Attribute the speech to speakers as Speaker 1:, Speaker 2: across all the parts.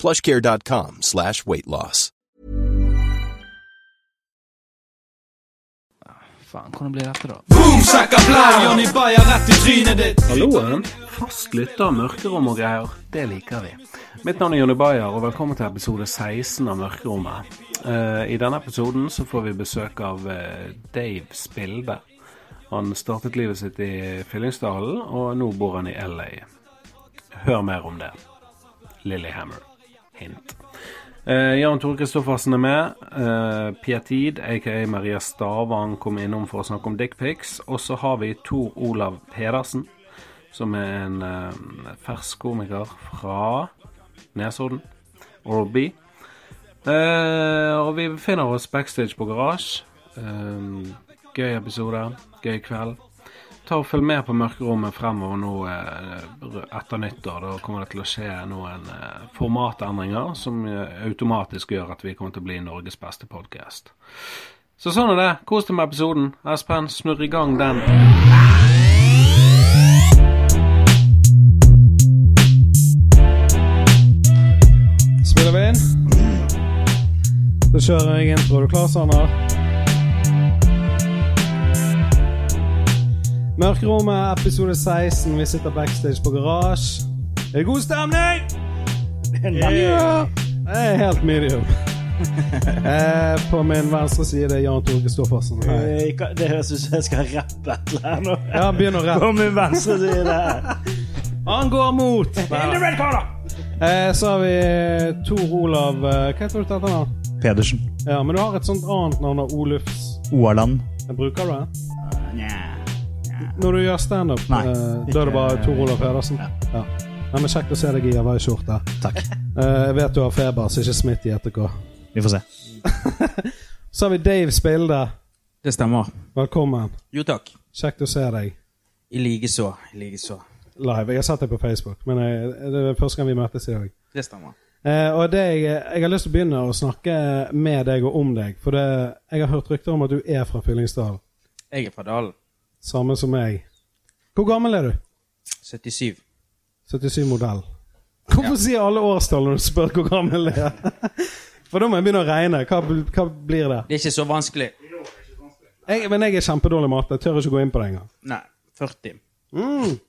Speaker 1: plushcare.com slash weight loss.
Speaker 2: Faen, hvordan blir dette, da?
Speaker 3: Boom, sakabla, Johnny Bayer rett i trynet ditt.
Speaker 4: Halloen! Fast lytter av Mørkerom og greier. Det liker vi. Mitt navn er Jonny Bayer, og velkommen til episode 16 av Mørkerommet. Eh, I denne episoden så får vi besøk av eh, Dave Spilde. Han startet livet sitt i Fyllingsdalen, og nå bor han i LA. Hør mer om det. Lillyhammer. Hint. Eh, Jan Tore Kristoffersen er med. Eh, Pia Tid, aka Maria Stavang, kom innom for å snakke om dickpics. Og så har vi Tor Olav Pedersen som er en eh, fersk komiker fra Nesodden, Oral B. Eh, og vi befinner oss backstage på Garasje. Eh, gøy episode, gøy kveld. Ta og Følg med på Mørkerommet fremover nå eh, etter nyttår. Da kommer det til å skje noen eh, formatendringer som eh, automatisk gjør at vi kommer til å bli Norges beste podkast. Så sånn er det. Kos deg med episoden. Espen, snurr i gang den.
Speaker 3: Spiller vi inn? Da kjører jeg intro. Er du klar, Sander? Mørkerommet, episode 16. Vi sitter backstage på garasje. Er det god stemning? Ja! Jeg er helt medium. eh, på min venstre side er Jan Tore Kristoffersen. Hei.
Speaker 5: Jeg kan- Eh, Det høres ut som jeg skal rappe et eller annet.
Speaker 3: Ja, han begynner å rappe.
Speaker 5: På min venstre side.
Speaker 3: Han går mot! Eh, så har vi Tor Olav eh, Hva heter du til etternavn?
Speaker 6: Pedersen.
Speaker 3: Ja, men du har et sånt annet navn av Olufs.
Speaker 6: Oaland.
Speaker 3: Jeg bruker du det? Når du gjør standup,
Speaker 6: Eh, Nei.
Speaker 3: eh, da er det bare Tor Olav Pedersen? Ja. Nei, men Kjekt å se deg i hawaiiskjorte.
Speaker 6: Takk.
Speaker 3: Eh, jeg vet du har feber, så ikke smitt i etterkå.
Speaker 6: Vi får se.
Speaker 3: Så har vi Dave Spilde.
Speaker 2: Det stemmer.
Speaker 3: Velkommen.
Speaker 7: Jo takk.
Speaker 3: Kjekt å se deg
Speaker 7: I likeså. I likeså.
Speaker 3: live. Jeg har sett deg på Facebook, men jeg, det er første gang vi møtes i dag.
Speaker 7: Det stemmer.
Speaker 3: Eh, og det jeg, jeg har lyst til å begynne å snakke med deg og om deg, for det, jeg har hørt rykter om at du er fra Fyllingsdalen.
Speaker 7: Jeg er fra Dalen.
Speaker 3: Samme som meg. Hvor gammel er du?
Speaker 7: 77.
Speaker 3: 77-modell. Hvorfor sier alle årstall når du spør hvor gammel det er? For da må jeg begynne å regne. Hva, bl- hva blir det?
Speaker 7: Det er ikke så vanskelig.
Speaker 3: Jeg, men jeg er kjempedårlig i matte. Jeg tør ikke gå inn på det engang. Mm.
Speaker 7: Nei. 40.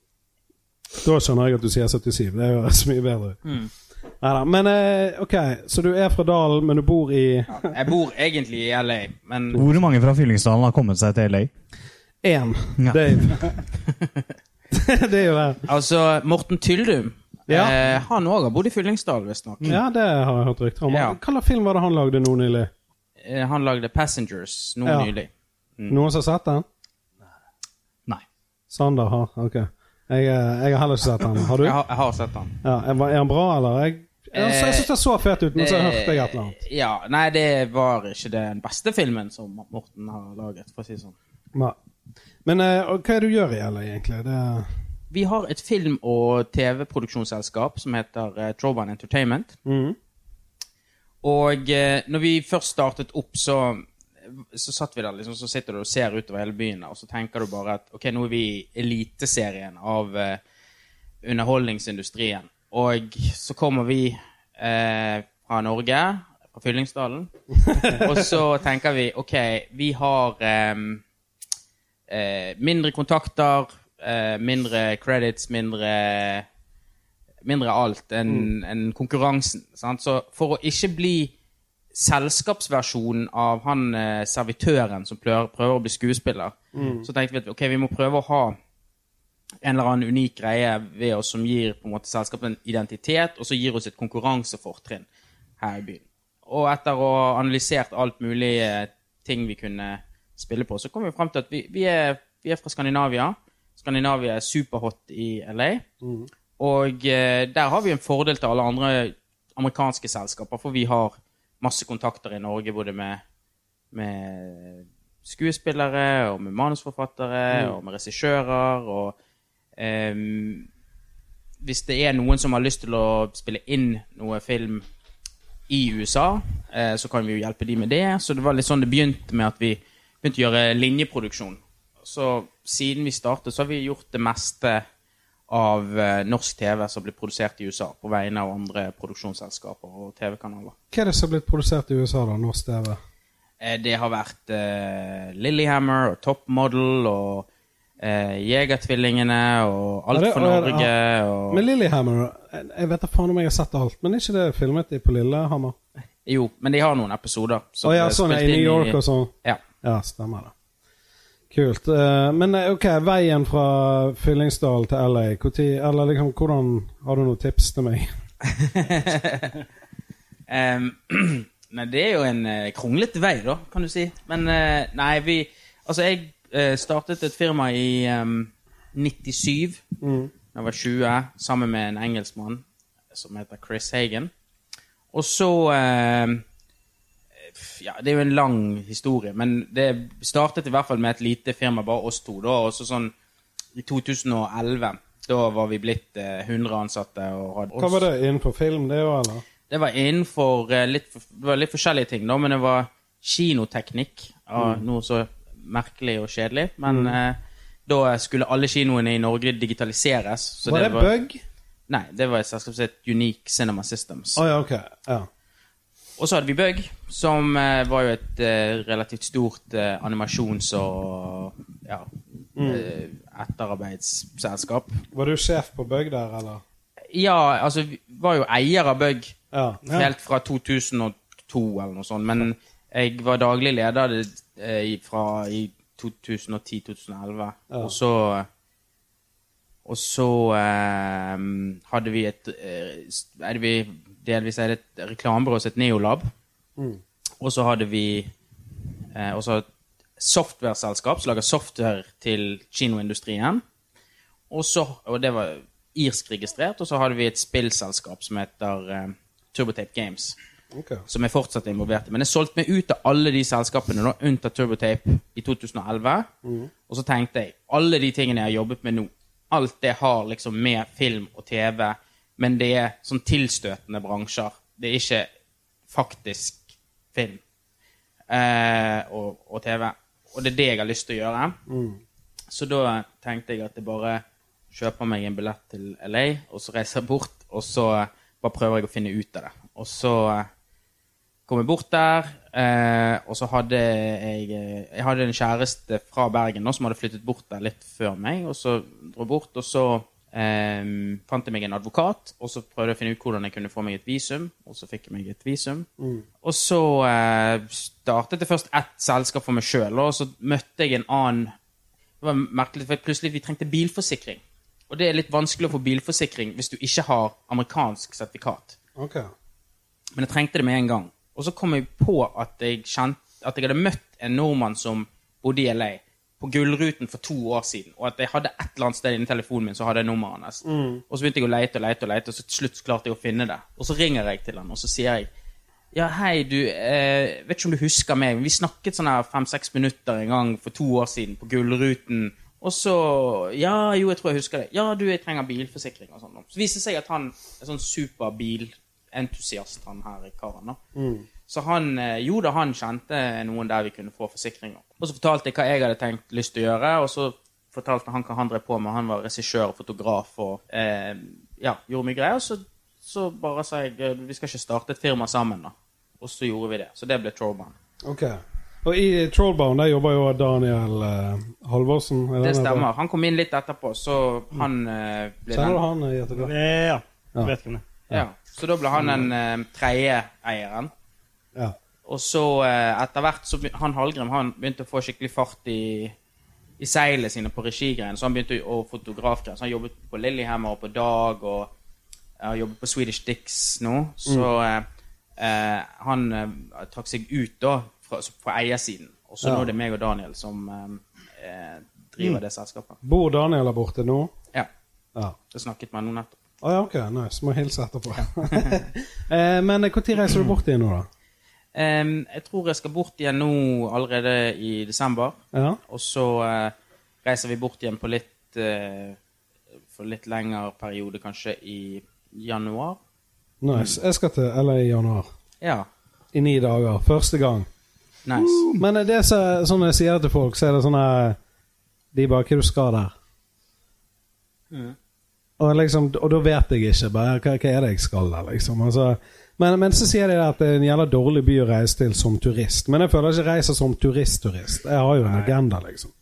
Speaker 3: Da skjønner jeg at du sier 77. Det høres mye bedre ut. Neida, Men eh, OK, så du er fra Dalen, men du bor i
Speaker 7: Jeg bor egentlig i LA, men
Speaker 6: Hvor mange fra Fyllingsdalen har kommet seg til LA?
Speaker 3: én.
Speaker 6: Ja.
Speaker 3: Dave. det er jo det.
Speaker 7: altså Morten Tyldum
Speaker 3: Ja.
Speaker 7: eh, Han òg har bodd i Fyllingsdal, visstnok.
Speaker 3: Ja, det har jeg hørt rykter om.
Speaker 7: Ja.
Speaker 3: Hva slags film var det han lagde nå nylig?
Speaker 7: Eh, han lagde 'Passengers' nå
Speaker 3: Ja.
Speaker 7: nylig.
Speaker 3: Noen som har sett den?
Speaker 6: Nei.
Speaker 3: Sander har. Ok. Jeg, eh, jeg har heller ikke sett den. Har du?
Speaker 7: Jeg har, Eh, jeg har sett han.
Speaker 3: Ja, er er han bra, eller? Jeg, jeg, jeg, jeg syns det så fet ut, men så hørte jeg et eller annet.
Speaker 7: Eh, Ja, Nei, det var ikke den beste filmen som Morten har laget, for å si det sånn.
Speaker 3: Nei. Men eh, og hva er det du gjør i LA, egentlig? Det,
Speaker 7: Vi har et film- og TV-produksjonsselskap som heter eh, Troban Entertainment. Og eh, når vi først startet opp, så, så satt vi der liksom, så sitter du og ser utover hele byen, og så tenker du bare at ok, nå er vi i eliteserien av eh, underholdningsindustrien. Og så kommer vi eh, fra Norge, fra Fyllingsdalen, og så tenker vi ok, vi har em, eh, mindre kontakter, eh, mindre credits, mindre mindre alt enn enn konkurransen. Sant? Så for å ikke bli selskapsversjonen av han eh, servitøren som prøver, prøver å bli skuespiller. Så tenkte vi at ok, vi må prøve å ha en eller annen unik greie ved oss som gir på en måte selskapet en identitet, og så gir oss et konkurransefortrinn her i byen. Og etter å ha analysert alt mulig eh, ting vi kunne spille på, så kom vi frem til at vi, vi, er, vi er fra Skandinavia. Skandinavia er superhot i LA. Og eh, der har vi en fordel til alle andre amerikanske selskaper, for vi har masse kontakter i Norge både med, med skuespillere og med manusforfattere og med regissører og ehm, hvis det er noen som har lyst til å spille inn noe film i USA, eh, så kan vi jo hjelpe de med det. Så det var litt sånn det begynte med at vi begynte å gjøre linjeproduksjon. Så siden vi startet, så har vi gjort det meste av eh, norsk TV som blir produsert i USA, på vegne av andre produksjonsselskaper og TV-kanaler.
Speaker 3: Hva er det som har blitt produsert i USA, da? Norsk TV?
Speaker 7: Eh, Det har vært eh, Lillehammer og Top Model og eh, Jegertvillingene og Alt
Speaker 3: Ja, det-
Speaker 7: for
Speaker 3: og-
Speaker 7: Norge
Speaker 3: ja.
Speaker 7: og
Speaker 3: Men Lillehammer jeg, jeg vet da faen om jeg har sett alt, men er ikke det filmet i på Lillehammer?
Speaker 7: Jo, men de har noen episoder. som
Speaker 3: Å ja,
Speaker 7: ble
Speaker 3: sånn
Speaker 7: spilt
Speaker 3: i New
Speaker 7: inn
Speaker 3: York og sånn.
Speaker 7: Ja.
Speaker 3: Ja, stemmer det. Kult. Eh, men eh, ok, veien fra Fyllingsdal til LA, hvor tid, eller liksom, hvordan Har du noen tips til meg?
Speaker 7: Ehm, nei, det er jo en eh, kronglete vei, da, kan du si. Men eh, nei, vi Altså, jeg eh, startet et firma i ehm, 97,
Speaker 3: Mm.
Speaker 7: da jeg var 20, sammen med en engelskmann som heter Chris Hagen. Og så ehm, f- Ja, det er jo en lang historie, men det startet i hvert fall med et lite firma, bare oss to, da. Og så sånn i 2011, da var vi blitt eh, 100 ansatte og hadde
Speaker 3: Hva var det innenfor film, det òg, eller?
Speaker 7: det var innenfor eh, litt, det var litt forskjellige ting, da, men det var kinoteknikk. Ja,
Speaker 3: Mm.
Speaker 7: Noe så merkelig og kjedelig. Men eh, da skulle alle kinoene i Norge digitaliseres. Så
Speaker 3: var det,
Speaker 7: var,
Speaker 3: bug?
Speaker 7: Nei, det var et selskap som het Unique Cinema Systems.
Speaker 3: Å ja, ok. Ja.
Speaker 7: Og så hadde vi Bug, som eh, var jo et eh, relativt stort eh, animasjons- og ja,
Speaker 3: Mm.
Speaker 7: eh, etterarbeidsselskap.
Speaker 3: Var du sjef på bug der, eller?
Speaker 7: Ja, altså, vi var jo eier av Bug.
Speaker 3: Ja.
Speaker 7: Helt fra 2002 eller noe sånt. Men jeg var daglig leder eh, i- fra i 2010-2011. Og så Og så eh, hadde vi et eh, s- hadde vi delvis eide et reklamebyrå som het Neolab.
Speaker 3: Mm.
Speaker 7: Og så hadde vi eh, også et softwareselskap som lager software til kinoindustrien. Og, så, og det var irsk registrert. Og så hadde vi et spillselskap som heter eh, Turbotape Games.
Speaker 3: Ok.
Speaker 7: Som jeg fortsatt er involvert i. Men jeg solgte meg ut av alle de selskapene da, unntatt Turbotape i 2011. Og så tenkte jeg alle de tingene jeg har jobbet med nå, alt det har liksom med film og TV, men det er sånn tilstøtende bransjer. Det er ikke faktisk film eh, og, og TV. Og det er det jeg har lyst til å gjøre. Så da tenkte jeg at jeg bare kjøper meg en billett til LA, og så reiser jeg bort, og så bare prøver jeg å finne ut av det. Og så eh, kom jeg bort der, eh, og så hadde jeg eh, Jeg hadde en kjæreste fra Bergen nå, som hadde flyttet bort der litt før meg, og så dro jeg bort, og så eh, fant jeg meg en advokat, og så prøvde jeg å finne ut hvordan jeg kunne få meg et visum, og så fikk jeg meg et visum. Og så eh, startet jeg først ett selskap for meg sjøl, og så møtte jeg en annen det var merkelig, for plutselig vi trengte bilforsikring. Og det er litt vanskelig å få bilforsikring hvis du ikke har amerikansk sertifikat.
Speaker 3: Ok.
Speaker 7: Men jeg trengte det med en gang. Og så kom jeg på at jeg, kjent, at jeg hadde møtt en nordmann som bodde i LA, på Gullruten for to år siden, og at jeg hadde et eller annet sted inni telefonen min så hadde jeg nummeret hans. Og så begynte jeg å leite og leite, og leite, og så til slutt klarte jeg å finne det. Og så ringer jeg til han, og så sier jeg ja, hei, du, eh, vet ikke om du husker meg, men vi snakket sånn her fem-seks minutter en gang for to år siden på Gullruten, og så, ja, jo, jeg tror jeg husker det. Ja, du, jeg trenger bilforsikring og sånn. Så viser det seg at han er sånn superbilentusiast, han her i karen da. Så han, eh, jo da, han kjente noen der vi kunne få forsikringer. Og så fortalte jeg hva jeg hadde tenkt lyst til å gjøre, og så fortalte han hva han drev på med. Han var regissør og fotograf og eh, ja, gjorde mye greier. Og så, så bare sa jeg eh, vi skal ikke starte et firma sammen, da. Og så gjorde vi det. Så det ble Trollband.
Speaker 3: ok. Og i Trollbound der jobber jo Daniel eh, Halvorsen. er
Speaker 7: Det
Speaker 3: han heter?
Speaker 7: stemmer. Han kom inn litt etterpå, så han eh, ble
Speaker 3: Kjenner du
Speaker 7: den.
Speaker 3: han, Jette?
Speaker 5: Ja. Jeg vet ikke om det.
Speaker 7: Ja. Så da ble han den eh, tredje eieren.
Speaker 3: Ja.
Speaker 7: Og så eh, etter hvert så begyn- Han Hallgrim han begynte å få skikkelig fart i, i seilene sine på regigreiene. Så han begynte å og fotografgreier. Så han jobbet på Lillehammer og på Dag og ja, jobber på Swedish Dicks nå. Så eh, eh, han eh, trakk seg ut da fra, fra eiersiden. Og så nå er det meg og Daniel som eh, eh, driver det selskapet.
Speaker 3: Bor Daniel der borte nå?
Speaker 7: Ja.
Speaker 3: Ja.
Speaker 7: Det snakket man nå nettopp.
Speaker 3: Å ja, ok. Nice. Må hilse etterpå. eh, men når reiser du bort igjen nå, da?
Speaker 7: Em, jeg tror jeg skal bort igjen nå allerede i desember.
Speaker 3: Ja.
Speaker 7: Og så eh, reiser vi bort igjen på litt eh, For litt lengre periode, kanskje i januar.
Speaker 3: Nice. Jeg skal til LA i januar.
Speaker 7: Ja.
Speaker 3: I ni dager. Første gang.
Speaker 7: Nice.
Speaker 3: Men er det så, sånn jeg sier til folk, så er det sånn eh, De bare 'Hva du skal der?' Og, liksom, og da vet jeg ikke. bare Hva, hva er det jeg skal der, liksom? Altså, men, men så sier de at det er en jævla dårlig by å reise til som turist. Men jeg føler ikke jeg reiser som turist-turist. Jeg har jo en agenda, liksom.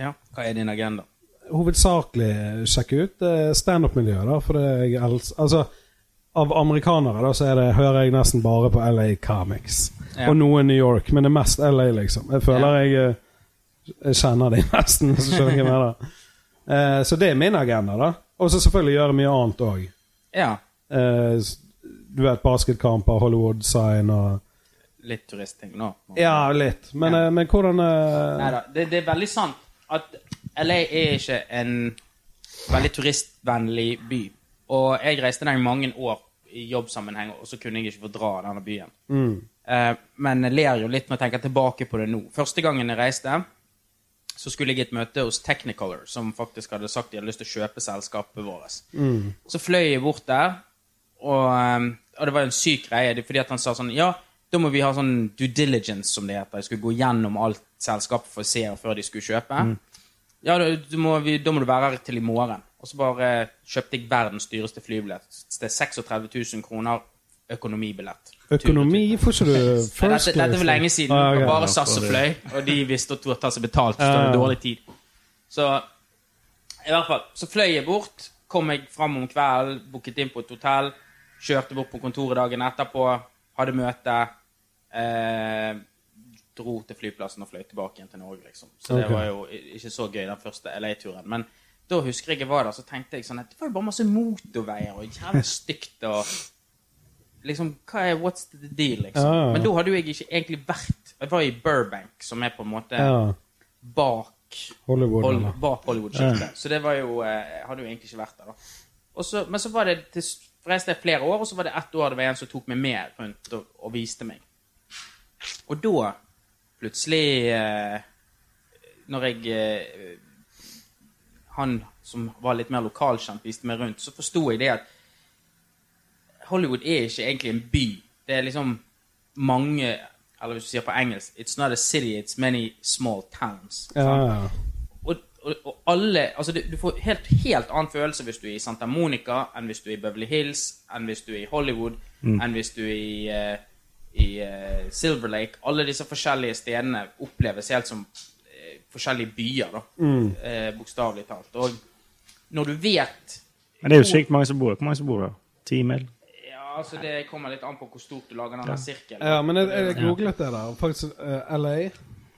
Speaker 7: Ja. Hva er din agenda?
Speaker 3: Hovedsakelig sjekke ut eh, standup-miljøet, da, for det jeg elsker Altså, av amerikanere da, så er det, hører jeg nesten bare på LA Comics.
Speaker 7: Ja.
Speaker 3: Og noe New York, men det er mest LA, liksom. Jeg føler jeg, eh, jeg kjenner de nesten, så skjønner jeg hva jeg mener. Eh, Så det er min agenda, da. Og så selvfølgelig gjøre mye annet òg.
Speaker 7: Ja.
Speaker 3: Du vet, basketkamper, Hollywood-sign og
Speaker 7: Litt turistting nå.
Speaker 3: Ja, litt. Men, eh, men hvordan eh,
Speaker 7: Neida, det, det er veldig sant at LA er ikke en veldig turistvennlig by. Og jeg reiste den i mange år i jobbsammenheng, og så kunne jeg ikke få dra denne byen. Eh, men jeg ler jo litt med å tenke tilbake på det nå. Første gangen jeg reiste, så skulle jeg i et møte hos Technicolor, som faktisk hadde sagt de hadde lyst til å kjøpe selskapet vårt.
Speaker 3: Mm.
Speaker 7: Så fløy jeg bort der, og, eh, og det var jo en syk greie, det- fordi at han sa sånn, ja, da må vi ha sånn due diligence, som det heter. Jeg skulle gå gjennom alt selskapet for å se før de skulle kjøpe.
Speaker 3: Mm.
Speaker 7: Ja, da, du må, vi, da må du være her til i morgen. Og så bare eh, kjøpte jeg verdens dyreste flybillett. Det er 36 000 kroner økonomibillett.
Speaker 3: Økonomi får ikke du first
Speaker 7: Nei, dette, dette
Speaker 3: class,
Speaker 7: var
Speaker 3: da?
Speaker 7: lenge siden.
Speaker 3: Ah, ok.
Speaker 7: det var bare SAS og fløy, og de visste at ta seg betalt. Så det var dårlig tid. Så i hvert fall, så fløy jeg bort, kom jeg fram om kvelden, booket inn på et hotell, kjørte bort på kontoret dagen etterpå, hadde møte, eh, dro til flyplassen og fløy tilbake igjen til Norge, liksom. Så det
Speaker 3: Ok.
Speaker 7: var jo i- ikke så gøy, den første LA-turen. Men da husker jeg jeg var der, så tenkte jeg sånn at det var jo bare masse motorveier og jævlig stygt og liksom, hva er, what's the deal, liksom?
Speaker 3: Ja, ja, ja.
Speaker 7: Men da hadde jo jeg ikke egentlig vært Jeg var i Burbank, som er på en måte
Speaker 3: Ja.
Speaker 7: bak
Speaker 3: Hollywood,
Speaker 7: Hol-
Speaker 3: eller?
Speaker 7: bak Hollywood-skiltet. Så det var jo eh, Jeg hadde jo egentlig ikke vært der, da. Og så, men så var det til, s- reiste jeg flere år, og så var det ett år det var en som tok meg med rundt og, og viste meg. Og da plutselig eh, Når jeg eh, Han som var litt mer lokalkjent, viste meg rundt, så forsto jeg det at Hollywood er ikke egentlig en by. Det er liksom mange Eller hvis du sier på engelsk It's not a city, it's many small towns.
Speaker 3: Ja, ja, ja.
Speaker 7: og, og, og alle altså du, du får helt, helt annen følelse hvis du er i Santa Monica, enn hvis du er i Beverly Hills, enn hvis du er i Hollywood,
Speaker 5: Mm.
Speaker 7: enn hvis du er i, eh, i eh, Silver Lake. Alle disse forskjellige stedene oppleves helt som eh, forskjellige byer, da.
Speaker 5: Mm.
Speaker 7: Eh, Bokstavelig talt. Og når du vet
Speaker 5: Men det er jo sykt mange som bor Hvor mange som bor der? Ti mil?
Speaker 7: ja, altså Det kommer litt an på hvor stort du lager denne sirkelen.
Speaker 3: Ja, men jeg, jeg googlet det der. Faktisk eh, LA,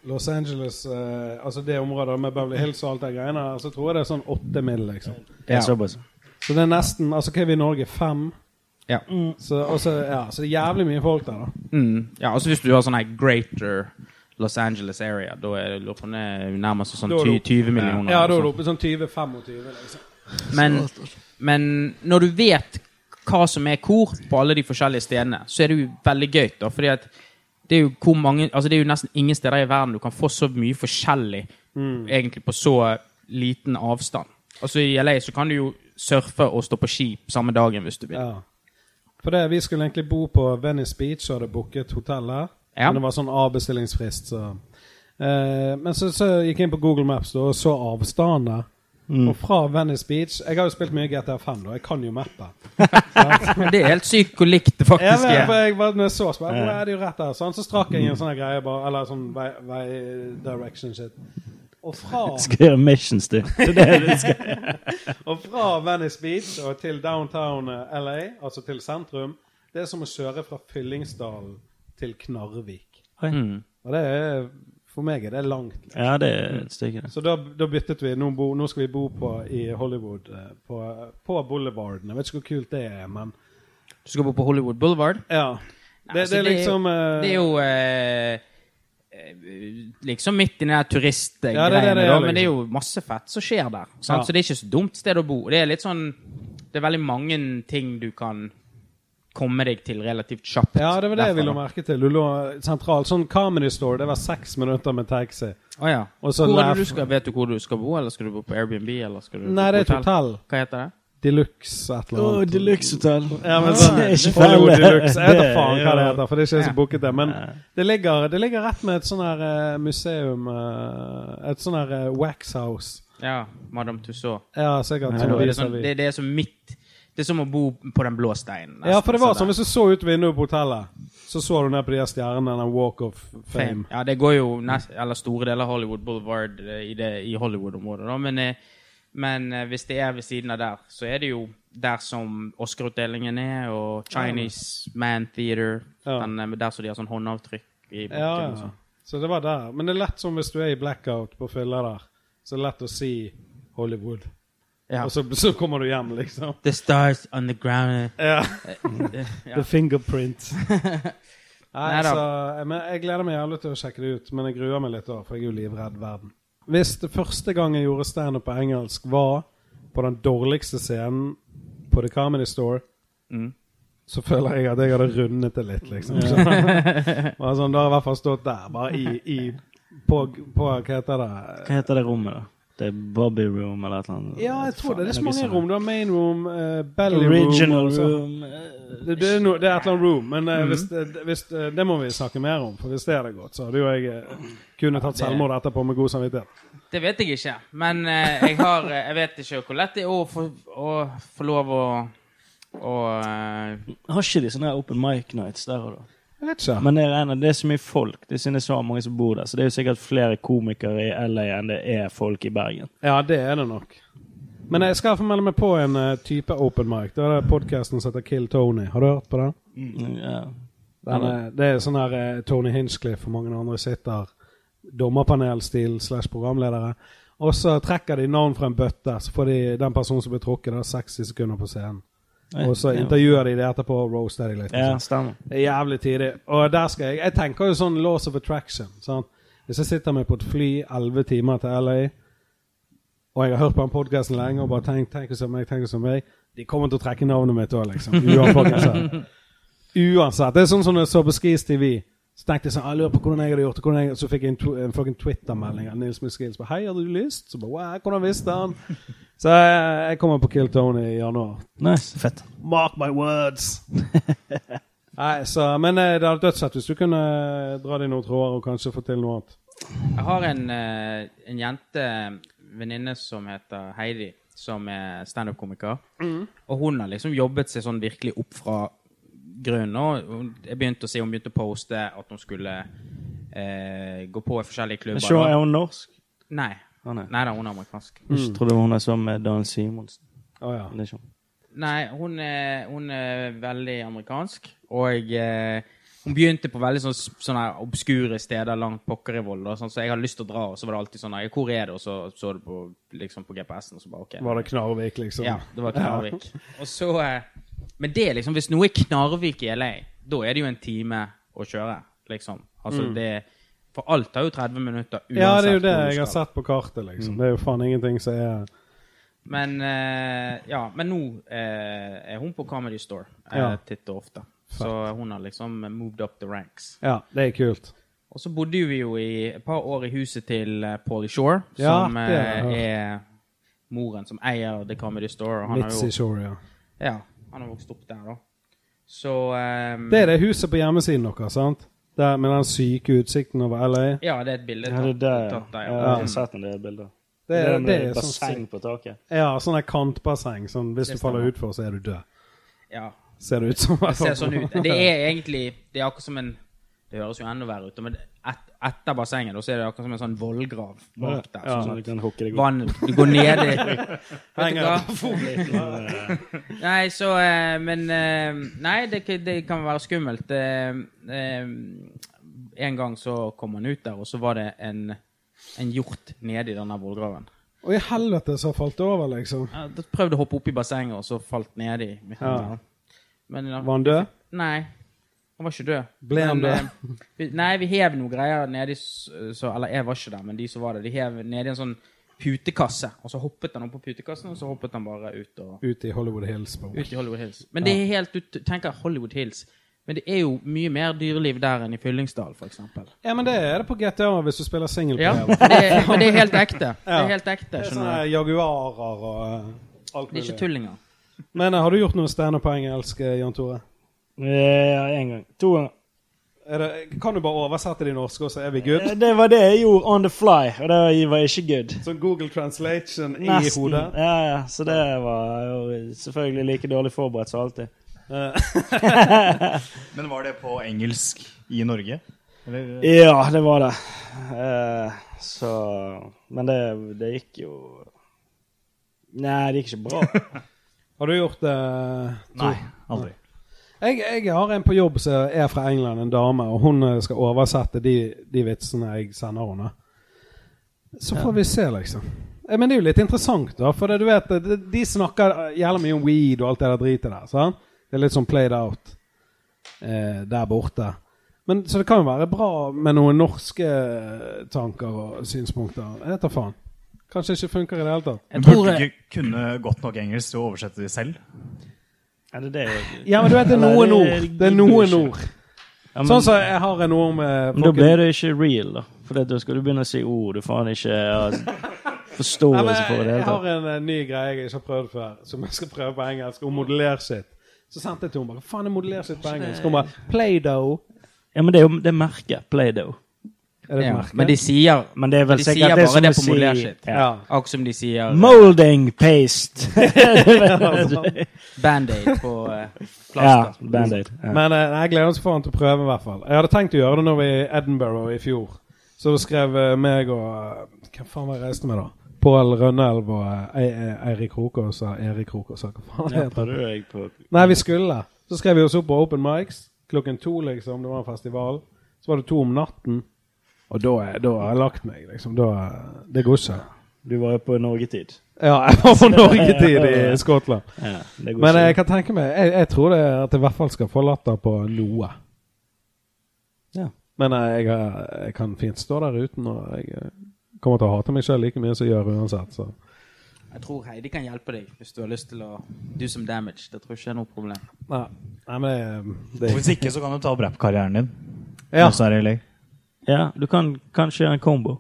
Speaker 3: Los Angeles eh, Altså det området med Beverly Hills og alt det greiene der, så tror jeg det er sånn åtte mil, liksom.
Speaker 5: Det er såpass.
Speaker 3: Så det er nesten Altså hva er vi i Norge? Fem?
Speaker 7: Ja.
Speaker 3: Så, og så- ja, så det er jævlig mye folk der, da.
Speaker 7: Mm. Ja, altså hvis du har sånn her Greater Los Angeles area, da er det lurer på om det er nærmest sånn
Speaker 3: Da er det
Speaker 7: 20, 20 millioner. eller
Speaker 3: Ja, da er
Speaker 5: altså.
Speaker 7: sånt.
Speaker 3: du oppe i sånn 20-25, liksom.
Speaker 7: Men, men når du vet hva som er hvor på alle de forskjellige stedene, så er det jo veldig gøy. da, fordi at det er jo, hvor mange, altså det er jo nesten ingen steder i verden du kan få så mye forskjellig
Speaker 3: Mm.
Speaker 7: egentlig på så liten avstand. Altså I LA så kan du jo surfe og stå på ski samme dagen hvis du vil.
Speaker 3: Ja. For det, vi skulle egentlig bo på Venice Beach og hadde booket hotell der.
Speaker 7: Ja.
Speaker 3: Men det var sånn avbestillingsfrist, så Eh, Men så, så gikk jeg inn på Google Maps da, og så avstandene. Og fra Venice Beach Jeg har jo spilt mye GTA5, da. Jeg kan jo mappen.
Speaker 7: Men Det er helt sykt hvor likt det
Speaker 3: Jeg,
Speaker 7: faktisk
Speaker 3: vet, for
Speaker 7: er.
Speaker 3: jeg var når jeg så spennende. Hvor er det jo rett der? Sånn, så strakk jeg i en sånn her greie, bare, eller sånn vei, vei direction shit. Og fra,
Speaker 5: Skal gjøre missions, du. Det er det du skal.
Speaker 3: og fra Venice Beach og til downtown eh, LA, altså til sentrum, det er som å kjøre fra Fyllingsdalen til Knarvik.
Speaker 5: Oi.
Speaker 3: Og det er, for meg er det langt. liksom.
Speaker 5: Mm. Ja, det er et stykke, det.
Speaker 3: Så da, da byttet vi. Nå, bo, nå skal vi bo på, i Hollywood, eh, på, på Boulevarden. Jeg vet ikke hvor kult det er, men
Speaker 7: Du skal bo på Hollywood Boulevard.
Speaker 3: ja.
Speaker 7: altså,
Speaker 3: Det, det er
Speaker 7: det er-
Speaker 3: liksom eh,
Speaker 7: Det er jo eh, eh, liksom midt i den der turistgreiene,
Speaker 3: Ja, det er det det
Speaker 7: da,
Speaker 3: er, liksom.
Speaker 7: men det er jo masse fett som skjer der. Sant?
Speaker 3: Ja.
Speaker 7: Så det er ikke så dumt sted å bo. Det er litt sånn Det er veldig mange ting du kan komme deg til relativt kjapt.
Speaker 3: Ja, det var det
Speaker 7: derfra,
Speaker 3: jeg ville
Speaker 7: da.
Speaker 3: merke til. Du lå sentralt. Sånn Comedy Store, det var seks minutter med taxi.
Speaker 7: Å, ja.
Speaker 3: Og så
Speaker 7: hvor er
Speaker 3: laugh-
Speaker 7: det du skal, vet du hvor du skal bo, eller skal du bo på Airbnb? Eller skal du bo
Speaker 3: Nei,
Speaker 7: på
Speaker 3: det er et hotell.
Speaker 7: Hva heter det?
Speaker 3: Deluxe et eller annet.
Speaker 5: hotell.
Speaker 3: Ja, men sånn,
Speaker 5: Det er ikke
Speaker 3: Hollywood
Speaker 5: feil.
Speaker 3: Deluxe. Jeg vet da
Speaker 5: Det er
Speaker 3: faen hva det
Speaker 5: jo-
Speaker 3: heter, for det er ikke jeg som
Speaker 7: Ja.
Speaker 3: booket det. Men det ligger, det ligger rett med et sånn her eh, museum eh, Et sånn her eh, waxhouse.
Speaker 7: Ja, Madame Tussauds.
Speaker 3: Ja, sikkert.
Speaker 7: Det,
Speaker 3: Som
Speaker 7: er
Speaker 3: viser
Speaker 7: sånn,
Speaker 3: vi.
Speaker 7: det, det er som midt Det er som å bo på den blå steinen. nesten,
Speaker 3: Ja, for det var
Speaker 7: der.
Speaker 3: sånn hvis du så ut vinduet på hotellet, så så du ned på de her stjernene, den Walk of Fame.
Speaker 7: Ja, det går jo nest, eller store deler av Hollywood Boulevard eh, i, det- i Hollywood-området, da. Men, eh, men eh, hvis det er ved siden av der, så er det jo der som Oscar-utdelingen er, og Chinese Man Theater,
Speaker 3: Ja.
Speaker 7: den, eh, der som de har sånn håndavtrykk i bakken.
Speaker 3: Ja,
Speaker 7: og
Speaker 3: ja.
Speaker 7: sånn.
Speaker 3: Så det var der. Men det er lett som hvis du er i blackout på fylla der, så er det lett å si Hollywood.
Speaker 7: Ja.
Speaker 3: Og så, så kommer du hjem, liksom.
Speaker 7: The stars on the ground
Speaker 3: Ja.
Speaker 7: ja.
Speaker 3: fingerprint. Nei,
Speaker 7: Neida.
Speaker 3: så, eh, men jeg gleder meg jævlig til å sjekke det ut, men jeg gruer meg litt òg, for jeg er jo livredd verden. Hvis det første gang jeg gjorde standup på engelsk, var på den dårligste scenen på The Comedy Store, Mm. så føler jeg at jeg hadde rundet det litt, liksom. Så, bare sånn, da har jeg i hvert fall stått der, bare i, i på, på Hva heter det?
Speaker 5: Hva heter det rommet, da? Det er Bobby Room eller et eller annet.
Speaker 3: Ja, jeg sånn. tror det. Det er så
Speaker 5: Noe
Speaker 3: mange
Speaker 5: sånt.
Speaker 3: rom. Du har main room, eh, belly room
Speaker 5: Original
Speaker 3: og så-
Speaker 5: room.
Speaker 3: Det, det, er no, det er et eller annet room, men
Speaker 5: Mhm.
Speaker 3: eh, hvis, det- hvis, eh, det må vi snakke mer om. For hvis det hadde gått, så hadde jo jeg eh, kunne tatt selvmord etterpå med god samvittighet.
Speaker 7: Det vet jeg ikke, men eh, jeg har eh, Jeg vet ikke hvor lett det er å få, å få lov å å eh,
Speaker 5: Har ikke de sånne her open mic nights der og da?
Speaker 3: Jeg vet ikke.
Speaker 5: Men jeg regner, det er så mye folk. Det er siden det er så mange som bor der. Så det er jo sikkert flere komikere i LA enn det er folk i Bergen.
Speaker 3: Ja, det er det nok. Men jeg skal få melde meg på en eh, type open mic. Det er podkasten som heter Kill Tony. Har du hørt på den? Mm.
Speaker 5: Ja.
Speaker 3: Den er, det er sånn her eh, Tony Hinchcliffe og mange andre sitter dommerpanelstil slash programledere. Og så trekker de navn fra en bøtte, så får de den personen som blir trukket, da 60 sekunder på scenen. Og så intervjuer de det etterpå og roaster de litt. og
Speaker 5: Ja,
Speaker 3: sånn.
Speaker 5: stemmer.
Speaker 3: Det er jævlig tidlig. Og der skal jeg Jeg tenker jo sånn laws of attraction. Sant? Hvis jeg sitter meg på et fly 11 timer til LA, og jeg har hørt på den podkasten lenge og bare tenkt tenk som meg, tenk som meg De kommer til å trekke navnet mitt òg, liksom. Uansett. Uansett. Det er sånn som når jeg så på Skis TV. Så tenkte jeg sånn, jeg lurer på hvordan jeg hadde gjort det. hvordan jeg, Så fikk jeg en, tw en fucking Twitter-melding av Nils Muskils. Hei, hadde du lyst? Så bare, wow, hvordan visste han? Så jeg, jeg kommer på Kill Tony i januar.
Speaker 5: Nice. Fett.
Speaker 3: Mark my words. Nei, så, men eh, det hadde dødsfett hvis du kunne eh, dra dine tråder og kanskje få til noe annet.
Speaker 7: Jeg har en, eh, en jente, venninne som heter Heidi, som er standup-komiker. Og hun har liksom jobbet seg sånn virkelig opp fra grunnen. Og hun, jeg begynte å se, hun begynte å poste at hun skulle eh, gå på i forskjellige klubber.
Speaker 5: Se, er
Speaker 7: da.
Speaker 5: hun norsk?
Speaker 7: Nei.
Speaker 5: Å, nei. Mm.
Speaker 7: Nei da, hun er amerikansk.
Speaker 5: Jeg trodde hun er sammen med Dan Simonsen.
Speaker 3: Å ja.
Speaker 5: Det er ikke hun.
Speaker 7: Nei, hun er, hun er veldig amerikansk. Og eh, hun begynte på veldig sånn- sånne her obskure steder langt Pokkervoll. da, Sånn, så jeg hadde lyst til å dra, og så var det alltid sånn her, Hvor er det? Og så så det på, liksom, på GPS-en, og så bare OK.
Speaker 3: Var det Knarvik, liksom?
Speaker 7: Ja, det var Knarvik. Og så eh, Men det er liksom Hvis noe er Knarvik i LA, da er det jo en time å kjøre, liksom. Altså det For alt tar jo 30 minutter uansett.
Speaker 3: Mm. Ja, det er jo det
Speaker 7: hvor du
Speaker 3: jeg
Speaker 7: skal.
Speaker 3: har
Speaker 7: Mm.
Speaker 3: sett på kartet, liksom. Det er jo faen ingenting som er
Speaker 7: Men eh, ja, men nå eh, er hun på Comedy Store eh,
Speaker 3: Ja.
Speaker 7: titt og ofte. Så hun har liksom moved up the ranks.
Speaker 3: Ja, det er kult.
Speaker 7: Og så bodde vi jo i et par år i huset til eh, Pauly Shore,
Speaker 3: Ja,
Speaker 7: som
Speaker 3: det er-
Speaker 7: eh, er moren som eier The Comedy Store. Og han har
Speaker 3: Mitzi
Speaker 7: jo
Speaker 3: Shore, ja.
Speaker 7: ja, han har vokst opp der, da. Så eh,
Speaker 3: Det er det huset på hjemmesiden deres, sant? Der, med den syke utsikten over LA.
Speaker 7: Ja, det er et bilde
Speaker 5: Ja, det er
Speaker 7: tatt,
Speaker 5: der, ja.
Speaker 7: tatt der.
Speaker 5: Ja,
Speaker 7: Ja.
Speaker 5: Jeg har sett en del bilder.
Speaker 3: Det er, det er
Speaker 5: med
Speaker 3: sånn
Speaker 5: basseng
Speaker 3: seng.
Speaker 5: på taket.
Speaker 3: Ja, sånn der kantbasseng. Sånn, hvis
Speaker 7: Det
Speaker 3: du faller
Speaker 7: stemmer.
Speaker 3: utfor, så er du død.
Speaker 7: Ja. sånn
Speaker 3: Ser det ut som.
Speaker 7: Det ser sånn ut. Det er egentlig Det er akkurat som en Det høres jo enda verre ut. Men et, etter bassenget da, så er det akkurat som en sånn vollgrav bak der.
Speaker 5: Ja,
Speaker 7: sånn
Speaker 5: du
Speaker 7: at
Speaker 5: kan hooke deg opp.
Speaker 7: Vann Du går ned i Vet du hva?
Speaker 5: Ja,
Speaker 7: Nei, så eh, Men eh, Nei, det, kan- det kan være skummelt. Eh, eh, En gang så kom han ut der, og så var det en, en hjort nede i denne vollgraven.
Speaker 3: Og i helvete så falt det over, liksom.
Speaker 7: Ja, Da prøvde å hoppe opp i bassenget, og så falt nedi.
Speaker 3: Ja.
Speaker 7: Men
Speaker 3: Var han død?
Speaker 7: Nei. Han var ikke død.
Speaker 3: Ble han
Speaker 7: Men,
Speaker 3: død?
Speaker 7: eh, vi- Nei, vi hev noe greier nedi s- så, Eller jeg var ikke der, men de som var der, de hev nedi en sånn putekasse. Og så hoppet han opp på putekassen, og så hoppet han bare ut og
Speaker 3: Ute i Hollywood Hills. På.
Speaker 7: ut i Hollywood Hills. Men det er helt ut, tenker Hollywood Hills. Men det er jo mye mer dyreliv der enn i Fyllingsdal, f.eks.
Speaker 3: Ja, men det er det på GTA hvis du spiller
Speaker 7: Ja,
Speaker 3: singleplayer.
Speaker 7: men det, er- men det er helt ekte. Det er helt ekte,
Speaker 3: Det er sånn
Speaker 7: skjønner
Speaker 3: sånne
Speaker 7: du.
Speaker 3: jaguarer og eh, alt
Speaker 7: Det er ikke
Speaker 3: mulig.
Speaker 7: tullinger.
Speaker 3: Men eh, har du gjort noe standup på engelsk, eh, Jan Tore?
Speaker 5: en gang. To ganger.
Speaker 3: Er det, kan du bare oversette de norske, og så er vi good?
Speaker 5: Eh, Det var det jeg gjorde on the fly, og det var ikke good.
Speaker 3: Sånn Google translation i
Speaker 5: Nesten.
Speaker 3: hodet?
Speaker 5: Ja, ja. Så det var jo selvfølgelig like dårlig forberedt som alltid.
Speaker 6: Men var det på engelsk i Norge? Eller?
Speaker 5: Ja, det var det. Eh, så Men det, det gikk jo Nei, det gikk ikke bra.
Speaker 3: Har du gjort eh, det? Tor?
Speaker 6: Nei, aldri.
Speaker 3: Jeg, jeg har en på jobb som er fra England, en dame, og hun eh, skal oversette de, de vitsene jeg sender henne. Så får vi se, liksom. Eh, Men det er jo litt interessant, da. For det, du vet, det- det- de snakker eh, jævla mye om weed og alt det der dritet der. Sant? Det er litt sånn played out eh, der borte. Men, så det kan jo være bra med noen norske eh, tanker og synspunkter. Jeg vet da faen. Kanskje ikke funker i det hele tatt.
Speaker 6: Men
Speaker 7: tror-
Speaker 6: burde du ikke kunne godt nok engelsk til å oversette det selv?
Speaker 5: Er det det? jeg-
Speaker 3: Ja, men du vet, det er
Speaker 5: Nei,
Speaker 3: noen
Speaker 5: det
Speaker 3: ord. Det er
Speaker 5: gidder
Speaker 3: noen
Speaker 5: ikke.
Speaker 3: ord.
Speaker 5: Ja, men,
Speaker 3: Sånn som jeg har en ord med
Speaker 5: men da ble det ikke real, da. For det- da skal du begynne å si ord du faen ikke har
Speaker 3: Nei, men
Speaker 5: forståelse for i det hele
Speaker 3: jeg
Speaker 5: tatt.
Speaker 3: har en eh, ny greie jeg ikke har prøvd før, som jeg skal prøve på engelsk, om modellerskitt. Så sendte jeg til henne bare Faen, jeg modellerer shit på engelsk. Hun bare Play-Doh.
Speaker 5: Ja, men det er jo det merket Play-Doh.
Speaker 3: Er det et
Speaker 7: Ja,
Speaker 3: merke?
Speaker 7: men de sier
Speaker 5: Men det er vel
Speaker 7: De sier
Speaker 5: sikkert det
Speaker 7: bare
Speaker 5: som
Speaker 7: det
Speaker 5: vi
Speaker 7: på modellert
Speaker 5: sier.
Speaker 7: sitt.
Speaker 5: Ja.
Speaker 3: ja.
Speaker 7: Akkurat som de sier
Speaker 5: Molding paste.
Speaker 7: Band-Aid på eh,
Speaker 5: ja,
Speaker 7: plaster.
Speaker 5: Band-Aid. Ja.
Speaker 3: Men eh, nei, jeg gleder meg så faen til å prøve, i hvert fall. Jeg hadde tenkt å gjøre det når vi var i Edinburgh i fjor. Så da skrev eh, meg og eh, Hvem faen var jeg reiste med, da? Pål Rønnelv og eh, E- E- Eirik Krokås og Erik Krokås, hva faen heter han? Nei, vi skulle. Så skrev vi oss opp på Open Mics klokken to, liksom. Det var en festival. Så var det to om natten. Og da er- da har jeg lagt meg, liksom. Da, er- det går ikke.
Speaker 5: Du var jo på norgetid.
Speaker 3: Ja, jeg var på norgetid i Skottland.
Speaker 5: Ja, det går
Speaker 3: Men eh,
Speaker 5: ikke.
Speaker 3: jeg kan tenke meg Jeg, jeg tror det er at jeg i hvert fall skal få latter på noe.
Speaker 5: Ja.
Speaker 3: Men eh, jeg, har- jeg kan fint stå der uten, og jeg eh, kommer til å hate meg sjøl like mye som jeg gjør uansett, så
Speaker 7: Jeg tror Heidi kan hjelpe deg hvis du har lyst til å do some damage. Det tror jeg ikke er noe problem.
Speaker 3: Nei, nei men eh, det,
Speaker 6: Og
Speaker 3: det
Speaker 6: Hvis ikke, så kan du ta opp rappkarrieren din.
Speaker 3: Ja.
Speaker 6: Mens du er i LA.
Speaker 5: Ja, du kan kanskje gjøre en kombo.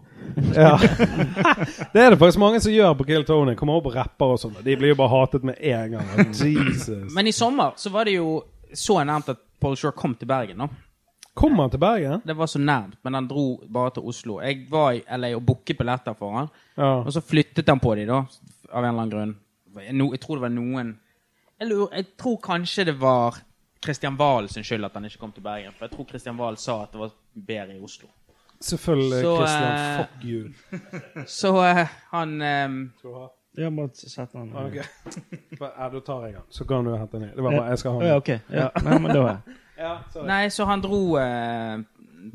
Speaker 3: Ja. Det er det faktisk mange som gjør på Kill Tony. Kommer opp og rapper og sånn. De blir jo bare hatet med en gang. Jesus.
Speaker 7: Men i sommer så var det jo så nærmt at Paul Shore kom til Bergen. nå.
Speaker 3: Kommer han til Bergen?
Speaker 7: Det var så nærmt, men han dro bare til Oslo. Jeg var i LA og booket billetter for han,
Speaker 3: Ja.
Speaker 7: og så flyttet han på de da, av en eller annen grunn. No, jeg tror det var noen jeg, lurer, jeg tror kanskje det var Kristian Valen sin skyld at han ikke kom til Bergen. For jeg tror Kristian Valen sa at det var bedre i Oslo.
Speaker 3: Selvfølgelig,
Speaker 7: Så,
Speaker 3: Christian.
Speaker 7: eh,
Speaker 3: Fuck you.
Speaker 7: Så eh, han ehm,
Speaker 5: Ja, bare sett den.
Speaker 3: Ah, Ok. Ja, da tar jeg den. Så kan du hente den i. Det var bare Jeg skal ha
Speaker 5: Ja,
Speaker 3: den.
Speaker 5: ok. Ja. Nei, men da
Speaker 3: Ja, sorry.
Speaker 7: Nei, så han dro eh,